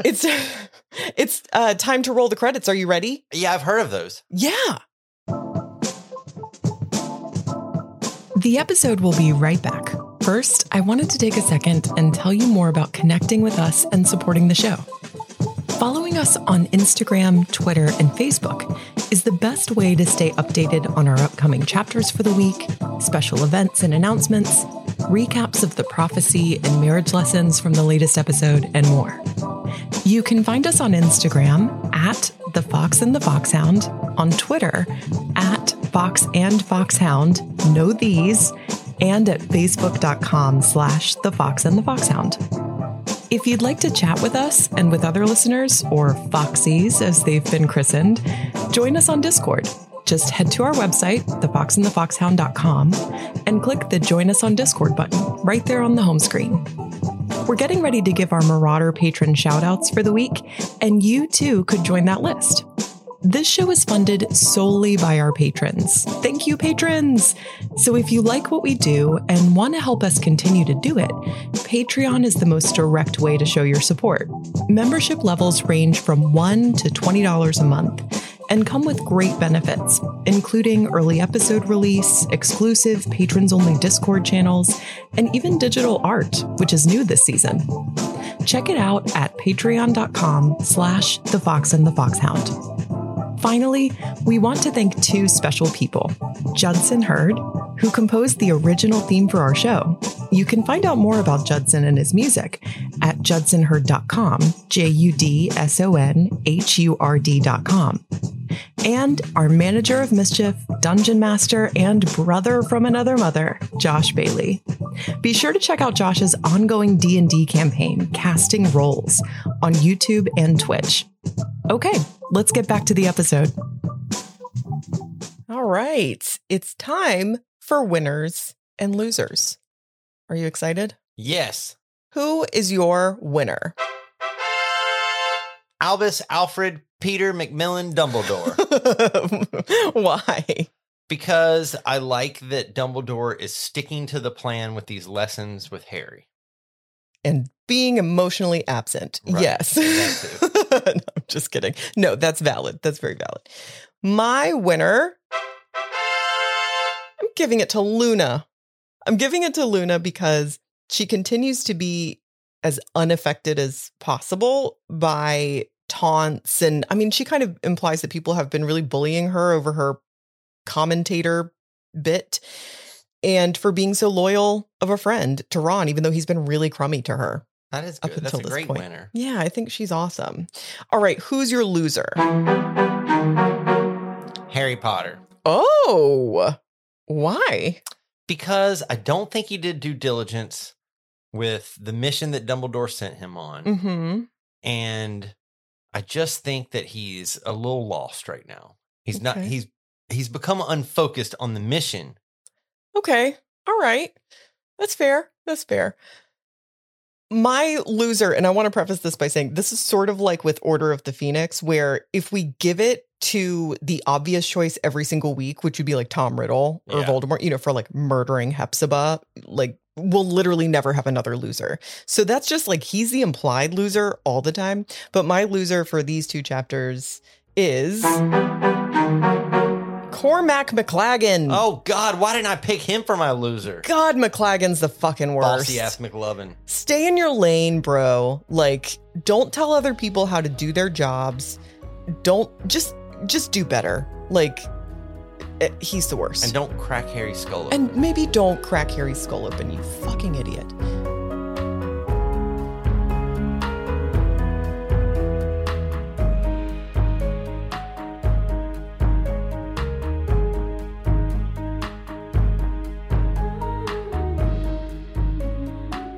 S4: It's *laughs* it's uh, time to roll the credits. Are you ready?
S3: yeah i've heard of those
S4: Yeah.
S1: The episode will be right back. First, I wanted to take a second and tell you more about connecting with us and supporting the show. Following us on Instagram, Twitter, and Facebook is the best way to stay updated on our upcoming chapters for the week, special events and announcements, recaps of the prophecy and marriage lessons from the latest episode, and more. You can find us on Instagram at The Fox and the Foxhound, on Twitter at Fox and Foxhound, know these, and at facebook.com slash The Fox and the Foxhound. If you'd like to chat with us and with other listeners, or Foxies as they've been christened, join us on Discord. Just head to our website, thefoxandthefoxhound.com, and click the Join Us on Discord button right there on the home screen. We're getting ready to give our Marauder patron shout outs for the week, and you too could join that list. This show is funded solely by our patrons. Thank you, patrons! So if you like what we do and want to help us continue to do it, Patreon is the most direct way to show your support. Membership levels range from $1 to $20 a month and come with great benefits, including early episode release, exclusive patrons only Discord channels, and even digital art, which is new this season. Check it out at patreon.com slash the fox and the foxhound. Finally, we want to thank two special people Judson Hurd, who composed the original theme for our show. You can find out more about Judson and his music at judsonhurd.com, J U D S O N H U R D.com. And our manager of mischief, dungeon master, and brother from another mother, Josh Bailey. Be sure to check out Josh's ongoing D&D campaign, Casting Roles, on YouTube and Twitch. Okay, let's get back to the episode.
S4: All right. It's time for winners and losers. Are you excited?
S3: yes
S4: Who is your winner? *laughs*
S3: albus alfred peter mcmillan dumbledore
S4: Why?
S3: because I like that Dumbledore is sticking to the plan with these lessons with Harry.
S4: And being emotionally absent.
S3: Right.
S4: Yes.
S3: That
S4: *laughs* no, I'm just kidding. No, that's valid. That's very valid. My winner, I'm giving it to Luna. I'm giving it to Luna because she continues to be as unaffected as possible by taunts. And I mean, she kind of implies that people have been really bullying her over her commentator bit and for being so loyal of a friend to Ron, even though he's been really crummy to her.
S3: That is
S4: Up
S3: good. That's
S4: until
S3: a
S4: this
S3: great
S4: point.
S3: winner.
S4: Yeah, I think she's awesome. All right, who's your loser?
S3: Harry Potter.
S4: Oh, why?
S3: Because I don't think he did due diligence with the mission that Dumbledore sent him on.
S4: Mm-hmm.
S3: And I just think that he's a little lost right now. He's not
S4: Okay.
S3: he's he's become unfocused on the mission.
S4: Okay, all right. That's fair. That's fair.
S1: my loser, and I want to preface this by saying this is sort of like with Order of the Phoenix, where if we give it to the obvious choice every single week, which would be like Tom Riddle or
S3: Yeah.
S1: Voldemort, you know, for like murdering Hepzibah, like we'll literally never have another loser. So that's just like he's the implied loser all the time. But my loser for these two chapters is Cormac
S4: Mm.
S1: McLagan.
S3: Oh God, why didn't I pick him for my loser?
S1: God, McLagan's the fucking worst
S3: Bossy ass McLovin.
S1: stay in your lane, bro. Like, don't tell other people how to do their jobs. Don't just just do better. Like, eh, he's the worst.
S3: And don't crack Harry's skull open.
S1: And maybe don't crack Harry's skull open, you fucking idiot.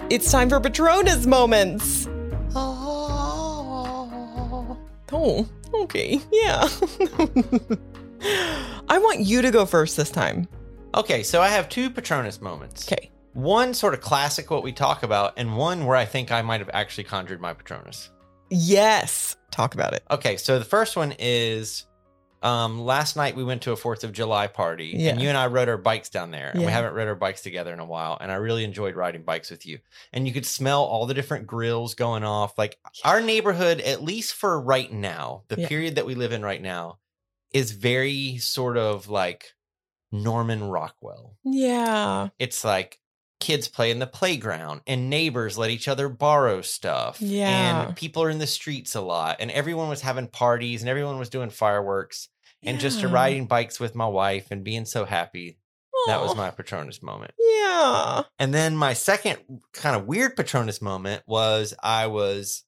S1: It's time for Patronus moments. Oh, okay. Yeah. *laughs* I want you to go first this time.
S3: okay, so I have two Patronus moments.
S1: Okay.
S3: One sort of classic what we talk about, and one where I think I might have actually conjured my Patronus.
S1: Yes. Talk about it.
S3: Okay, so the first one is um last night we went to a Fourth of July party,
S1: Yeah.
S3: and you and I rode our bikes down there, and
S1: Yeah.
S3: we haven't rode our bikes together in a while, and I really enjoyed riding bikes with you. And you could smell all the different grills going off. Like our neighborhood, at least for right now, the
S1: Yeah.
S3: period that we live in right now, is very sort of like Norman Rockwell.
S1: Yeah.
S3: It's like kids play in the playground and neighbors let each other borrow stuff.
S1: Yeah.
S3: And people are in the streets a lot. And everyone was having parties and everyone was doing fireworks and just
S1: Yeah.
S3: riding bikes with my wife and being so happy. That was
S1: Aw.
S3: my Patronus moment.
S1: Yeah.
S3: And then my second kind of weird Patronus moment was I was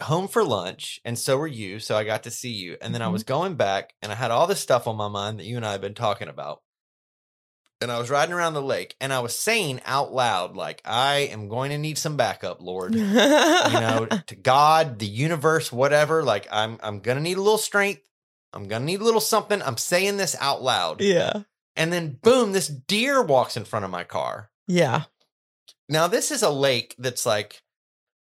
S3: home for lunch and so were you. So I got to see you. And then I
S1: Mhm.
S3: was going back and I had all this stuff on my mind that you and I had been talking about. And I was riding around the lake and I was saying out loud, like, I am going to need some
S1: *laughs*
S3: backup, Lord. you know, to God, the universe, whatever. Like, I'm I'm gonna need a little strength. I'm gonna need a little something. I'm saying this out loud.
S1: Yeah.
S3: And then boom, this deer walks in front of my car.
S1: Yeah.
S3: Now, this is a lake that's like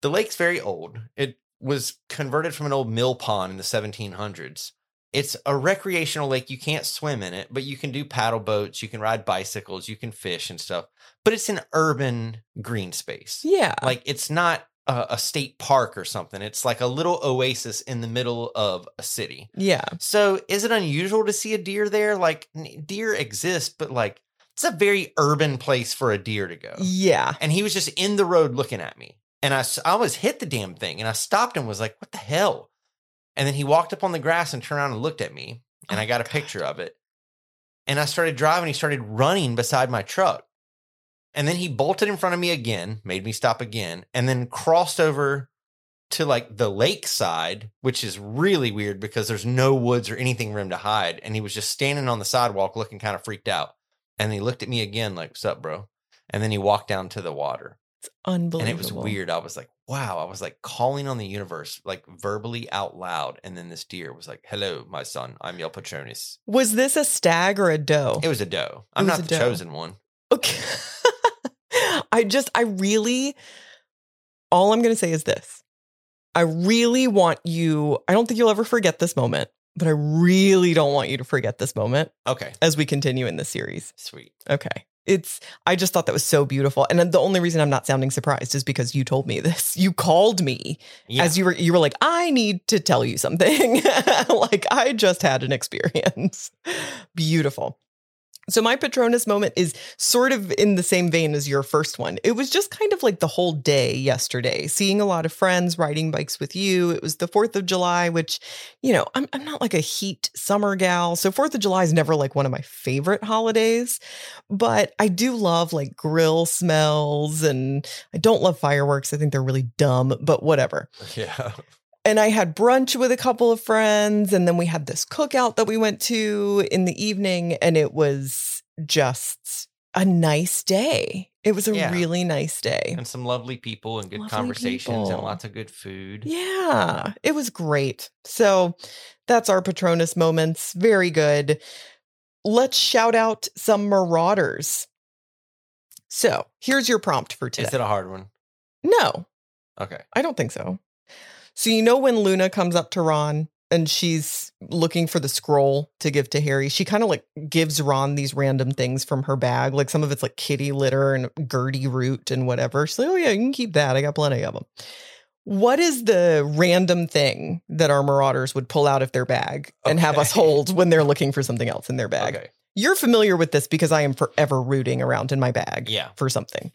S3: the lake's very old. It was converted from an old mill pond in the 1700s. It's a recreational lake. You can't swim in it, but you can do paddle boats, you can ride bicycles, you can fish and stuff. But it's an urban green space.
S1: Yeah.
S3: Like it's not a, a state park or something. It's like a little oasis in the middle of a city.
S1: Yeah.
S3: So, is it unusual to see a deer there? Like n- deer exist, but like it's a very urban place for a deer to go
S1: Yeah.
S3: and he was just in the road looking at me. And I, s- I almost hit the damn thing. And I stopped and was like, what the hell? And then he walked up on the grass and turned around and looked at me. And I got a picture of it. And I started driving. He started running beside my truck. And then he bolted in front of me again, made me stop again, and then crossed over to like the lake side, which is really weird because there's no woods or anything for him to hide. And he was just standing on the sidewalk looking kind of freaked out. And he looked at me again, like, what's up, bro? And then he walked down to the water.
S1: Unbelievable.
S3: And it was weird. I was like, wow. I was like calling on the universe, like verbally out loud. And then this deer was like, hello, my son. I'm your Patronus.
S1: Was this a stag or a doe?
S3: It was a doe. I'm
S1: Oh. was
S3: not
S1: a
S3: the
S1: doe.
S3: chosen one.
S1: Okay. *laughs* I just, I really, all I'm going to say is this. I really want you, I don't think you'll ever forget this moment, but I really don't want you to forget this moment
S3: Okay.
S1: as we continue in this series.
S3: Sweet.
S1: Okay. It's, I just thought that was so beautiful. And the only reason I'm not sounding surprised is because you told me this. *laughs* You called me
S3: Yeah.
S1: as you were, you were like, I need to tell you something. *laughs* like, I just had an experience. Beautiful. So, my Patronus moment is sort of in the same vein as your first one. It was just kind of like the whole day yesterday, seeing a lot of friends, riding bikes with you. It was the 4th of July, which, you know, I'm, I'm not like a heat summer gal. So, 4th of July is never like one of my favorite holidays, but I do love like grill smells and I don't love fireworks. I think they're really dumb, but whatever
S3: *laughs* yeah.
S1: and I had brunch with a couple of friends, and then we had this cookout that we went to in the evening, and it was just a nice day. It was a
S3: Yeah.
S1: really nice day.
S3: And some lovely people and good
S1: Lovely
S3: conversations and
S1: people.
S3: lots of good food.
S1: Yeah, it was great. So that's our Patronus moments. Very good. Let's shout out some marauders. So here's your prompt for today.
S3: Is it a hard one?
S1: no,
S3: Okay.
S1: I don't think so. So you know when Luna comes up to Ron and she's looking for the scroll to give to Harry, she kind of like gives Ron these random things from her bag. Like some of it's like kitty litter and Gertie root and whatever. She's like, oh yeah, you can keep that. I got plenty of them. What is the random thing that our marauders would pull out of their bag and have us
S3: Okay.
S1: hold when they're looking for something else in their bag?
S3: Okay.
S1: You're familiar with this because I am forever rooting around in my bag
S3: Yeah.
S1: for something.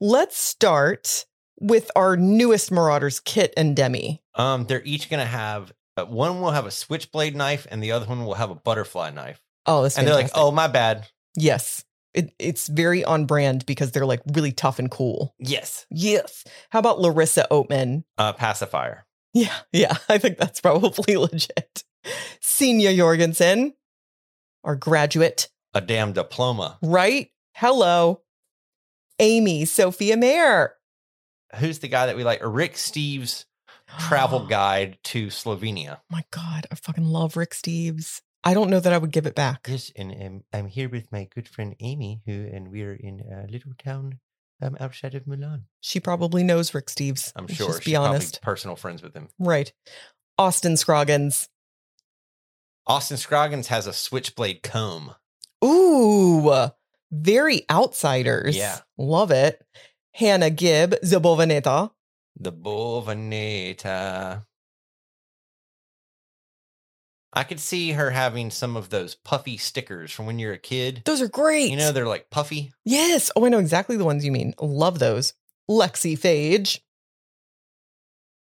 S1: Let's start with our newest Marauders, Kit and Demi.
S3: Um, they're each gonna have uh, one will have a switchblade knife, and the other one will have a butterfly knife.
S1: Oh, that's
S3: And they're like,
S1: fantastic.
S3: "Oh, my bad."
S1: yes, it, it's very on brand because they're like really tough and cool.
S3: Yes.
S1: Yes. How about Larissa Oatman?
S3: Uh, pacifier.
S1: Yeah, yeah, *laughs* I think that's probably *laughs* legit. Senior Jorgensen, our graduate,
S3: A damn diploma.
S1: right? Hello, Amy Sophia Mayer.
S3: Who's the guy that we like? Rick Steves travel *gasps*
S1: *gasps*
S3: guide to Slovenia.
S1: my God, I fucking love Rick Steves. I don't know that I would give it back.
S3: Yes, and um, I'm here with my good friend Amy, who and we're in a little town um, outside of Milan.
S1: She probably knows Rick Steves.
S3: I'm
S1: Let's
S3: sure
S1: Just be
S3: she's probably
S1: honest.
S3: personal friends with him.
S1: Right. Austin Scroggins.
S3: Austin Scroggins has a switchblade comb.
S1: Ooh, very outsiders.
S3: Yeah.
S1: Love it. Hannah Gibb, Zabovaneta.
S3: The Bovaneta. I could see her having some of those puffy stickers from when you're a kid.
S1: Those are great.
S3: You know, they're like puffy.
S1: yes. Oh, I know exactly the ones you mean. Love those. Lexi Phage.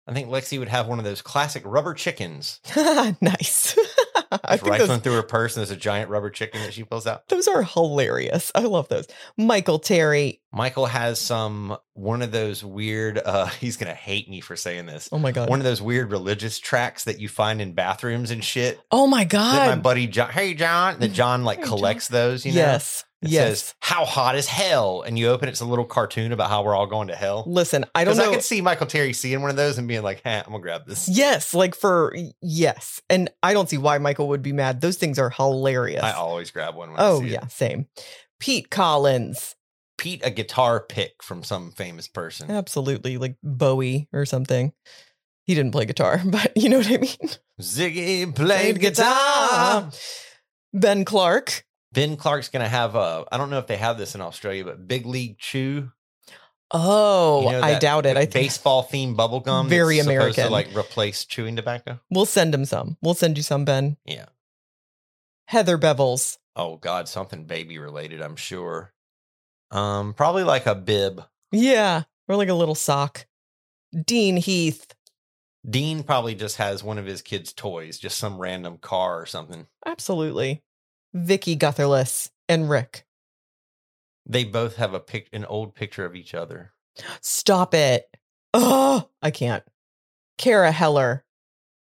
S3: I think Lexi would have one of those classic rubber chickens.
S1: *laughs* nice. *laughs* I
S3: Just
S1: think
S3: rifling
S1: those,
S3: through her purse, and there's a giant rubber chicken that she pulls out.
S1: those are hilarious. I love those. Michael Terry.
S3: Michael has some one of those weird. uh *laughs* He's gonna hate me for saying this.
S1: Oh my God.
S3: One of those weird religious tracks that you find in bathrooms and shit.
S1: oh my
S3: That
S1: God.
S3: my buddy John, hey
S1: *laughs*
S3: John, that John like
S1: Hey,
S3: collects those. You know,
S1: yes.
S3: It
S1: yes.
S3: says how hot is hell, and you open it's a little cartoon about how we're all going to hell.
S1: Listen, I don't
S3: Because
S1: know.
S3: I, could see Michael Terry seeing one of those and being like, "Hey, I'm gonna grab this."
S1: Yes, like for yes. And I don't see why Michael would be mad. Those things are hilarious.
S3: I always grab one. When I
S1: oh
S3: see it.
S1: yeah, same. Pete Collins.
S3: Pete, a guitar pick from some famous person.
S1: Absolutely, like Bowie or something. He didn't play guitar, *laughs* but you know what I mean?
S3: Ziggy played guitar.
S1: Ben Clark.
S3: Ben Clark's gonna have a. I don't know if they have this in Australia, but Big League Chew.
S1: Oh,
S3: You know
S1: I
S3: that
S1: doubt it. I think
S3: baseball themed bubble gum. that's
S1: Very
S3: supposed
S1: American.
S3: To like replace chewing tobacco.
S1: we'll send him some. We'll send you some, Ben.
S3: Yeah.
S1: Heather Bevels.
S3: Oh God, something baby related. I'm sure. Um, probably like a bib.
S1: Yeah. Or like a little sock. Dean Heath.
S3: Dean probably just has one of his kids' toys, just some random car or something.
S1: Absolutely. Vicky Gutherless and Rick.
S3: They both have a pic, an old picture of each other.
S1: Stop it. Oh, I can't. Kara Heller.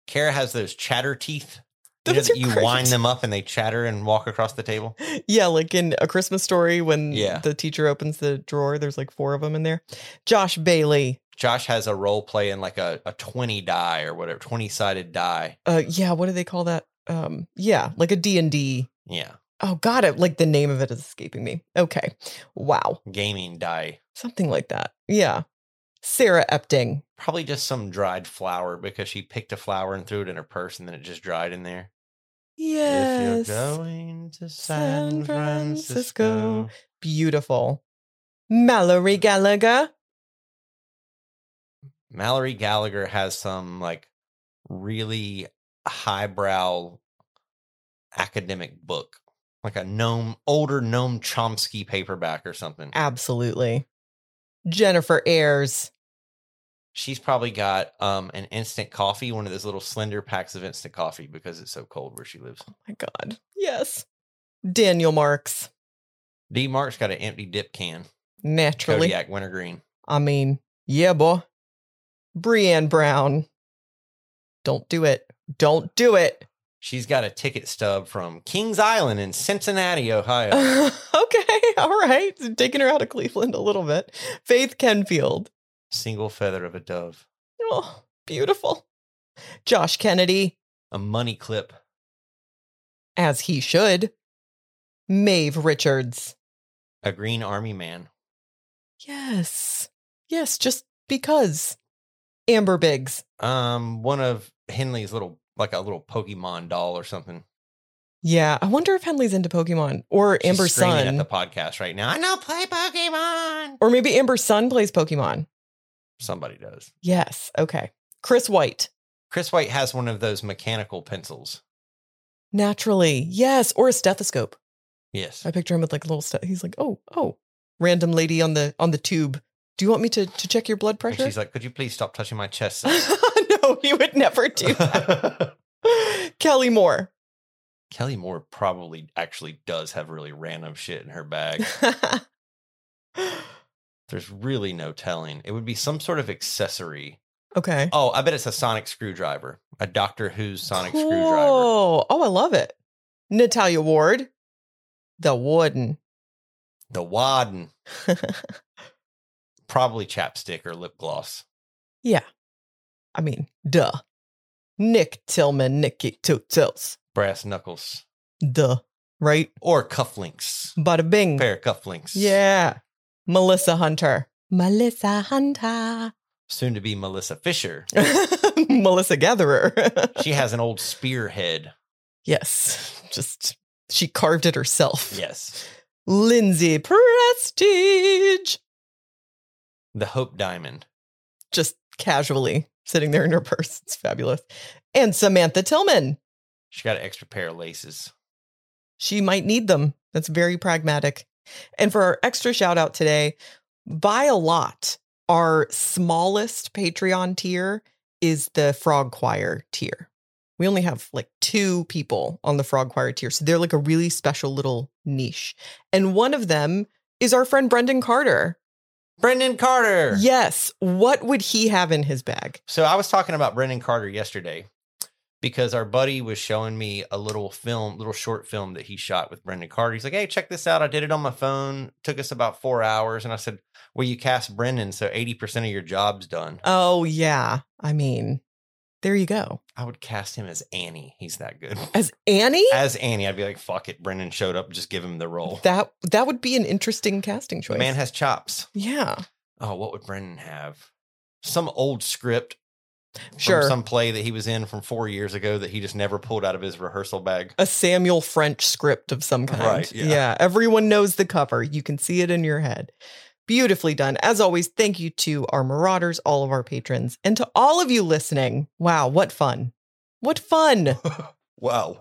S3: Kara has those chatter teeth. You, know
S1: Those
S3: that
S1: are
S3: you
S1: great.
S3: wind them up and they chatter and walk across the table.
S1: Yeah, like in A Christmas Story when
S3: Yeah.
S1: the teacher opens the drawer, there's like four of them in there. Josh Bailey.
S3: Josh has a role play in like a, a 20 die or whatever, 20 sided die.
S1: Uh yeah, what do they call that? Um yeah, like a D&D.
S3: Yeah.
S1: Oh god, it like the name of it is escaping me. Okay. Wow.
S3: Gaming die.
S1: Something like that. Yeah. Sarah Epting.
S3: Probably just some dried flower because she picked a flower and threw it in her purse and then it just dried in there.
S1: Yes.
S3: If you're going to
S1: San
S3: San, Francisco.
S1: Francisco. Beautiful. Mallory Gallagher.
S3: Mallory Gallagher has some like really highbrow academic book, like a gnome, older Noam Chomsky paperback or something.
S1: Absolutely. Jennifer Ayers.
S3: She's probably got um, an instant coffee, one of those little slender packs of instant coffee because it's so cold where she lives.
S1: my god. Yes. Daniel Marks.
S3: D Mark's got an empty dip can,
S1: Naturally.
S3: Kodiak Wintergreen.
S1: I mean, yeah, boy. Brienne Brown. Don't do it. Don't do it.
S3: She's got a ticket stub from Kings Island in
S1: *laughs*
S3: Cincinnati, Ohio.
S1: okay. All right. Taking her out of Cleveland a little bit. Faith Kenfield.
S3: Single feather of a dove,
S1: Oh, beautiful. Josh Kennedy,
S3: a money clip.
S1: as he should. Maeve Richards.
S3: a green army man.
S1: Yes. Yes, just because. Amber Biggs.
S3: Um, one of Henley's little, like a little Pokemon doll or something.
S1: Yeah, I wonder if Henley's into Pokemon or
S3: She's
S1: Amber
S3: screaming
S1: Sun,
S3: at the podcast right now. I know play Pokemon.
S1: or maybe Amber Sun plays Pokemon.
S3: Somebody does.
S1: Yes. Okay. Chris White.
S3: Chris White has one of those mechanical pencils.
S1: Naturally. Yes. Or a stethoscope.
S3: Yes.
S1: I picture him with like a little stuff. He's like, oh, oh. Random lady on the on the tube. Do you want me to to check your blood
S3: And
S1: pressure? *laughs*
S3: she's like, "Could you please stop touching my chest?"
S1: no, he would never *laughs*
S3: *laughs*
S1: do
S3: sir?"
S1: that. Kelly Moore. *laughs*
S3: Kelly Moore probably actually does have really random shit in her bag. There's really no telling. It would be some sort of accessory.
S1: okay.
S3: Oh, I bet it's a sonic screwdriver, a Doctor Who's sonic
S1: cool.
S3: screwdriver.
S1: Oh, I love it. Natalia Ward. The Warden. *laughs*
S3: The Wadden, probably chapstick or lip gloss.
S1: I mean, duh. Nick Tillman, Nicky Tootles.
S3: brass knuckles
S1: Duh. Right?
S3: or cufflinks,
S1: Bada bing.
S3: pair of cufflinks.
S1: Mm. Yeah. Melissa Hunter. Melissa Hunter. *laughs*
S3: Soon to be Melissa Fisher.
S1: Melissa Gatherer. *laughs*
S3: She has an old spearhead.
S1: yes. Just she carved it herself.
S3: Yes.
S1: Lindsay Prestige.
S3: The Hope Diamond.
S1: Just casually sitting there in her *laughs* purse. It's fabulous. And Samantha Tillman.
S3: She got an extra pair of laces.
S1: She might need them. That's very pragmatic. And for our extra shout out today, by a lot, our smallest Patreon tier is the Frog Choir tier. We only have like two people on the Frog Choir tier. So they're like a really special little niche. And one of them is our friend Brendan Carter.
S3: Brendan Carter.
S1: Yes. What would he have in his bag?
S3: So I was talking about Brendan Carter yesterday because our buddy was showing me a little film, little short film that he shot with Brendan Carter. He's like, "Hey, check this out. I did it on my phone. Took us about 4 hours." And I said, "Well, you cast Brendan, so 80% of your job's done."
S1: Oh, yeah. I mean, there you go.
S3: I would cast him as Annie. He's that good.
S1: As Annie?
S3: as Annie, I'd be like, fuck it. Brendan showed up. Just give him the role.
S1: That that would be an interesting casting
S3: The
S1: choice.
S3: man has chops.
S1: yeah.
S3: Oh, what would Brendan have? Some old script
S1: Sure.
S3: from some play that he was in from four years ago that he just never pulled out of his rehearsal bag. *laughs*
S1: a Samuel French script of some kind.
S3: Right,
S1: yeah.
S3: yeah.
S1: Everyone knows the cover. You can see it in your head. Beautifully done. As always, thank you to our marauders, all of our patrons, and to all of you listening. Wow, what fun. What
S3: *laughs*
S1: fun.
S3: Wow.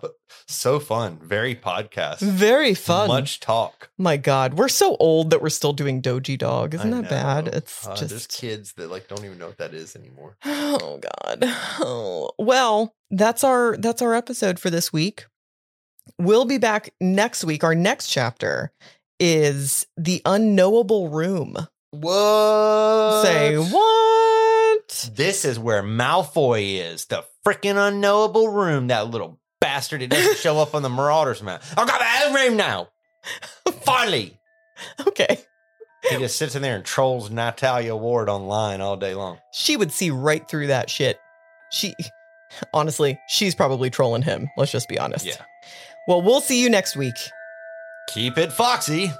S3: So fun. Very podcast.
S1: Very fun.
S3: Much talk.
S1: My God, we're so old that we're still doing Doji Dog. Isn't
S3: I
S1: that bad?
S3: know.
S1: It's
S3: Uh, There's
S1: just.
S3: kids that like don't even know what that is anymore.
S1: Oh God. Oh. Well, that's our that's our episode for this week. We'll be back next week. Our next chapter is the unknowable room.
S3: What?
S1: Say what? *laughs*
S3: This is where Malfoy is, the freaking unknowable room. That little bastard that doesn't show up on the Marauders map. I've got my own room now. Finally.
S1: Okay.
S3: He just sits in there and trolls Natalia Ward online all day long.
S1: She would see right through that shit. She honestly, she's probably trolling him. Let's just be honest.
S3: Yeah.
S1: Well, we'll see you next week.
S3: Keep it foxy.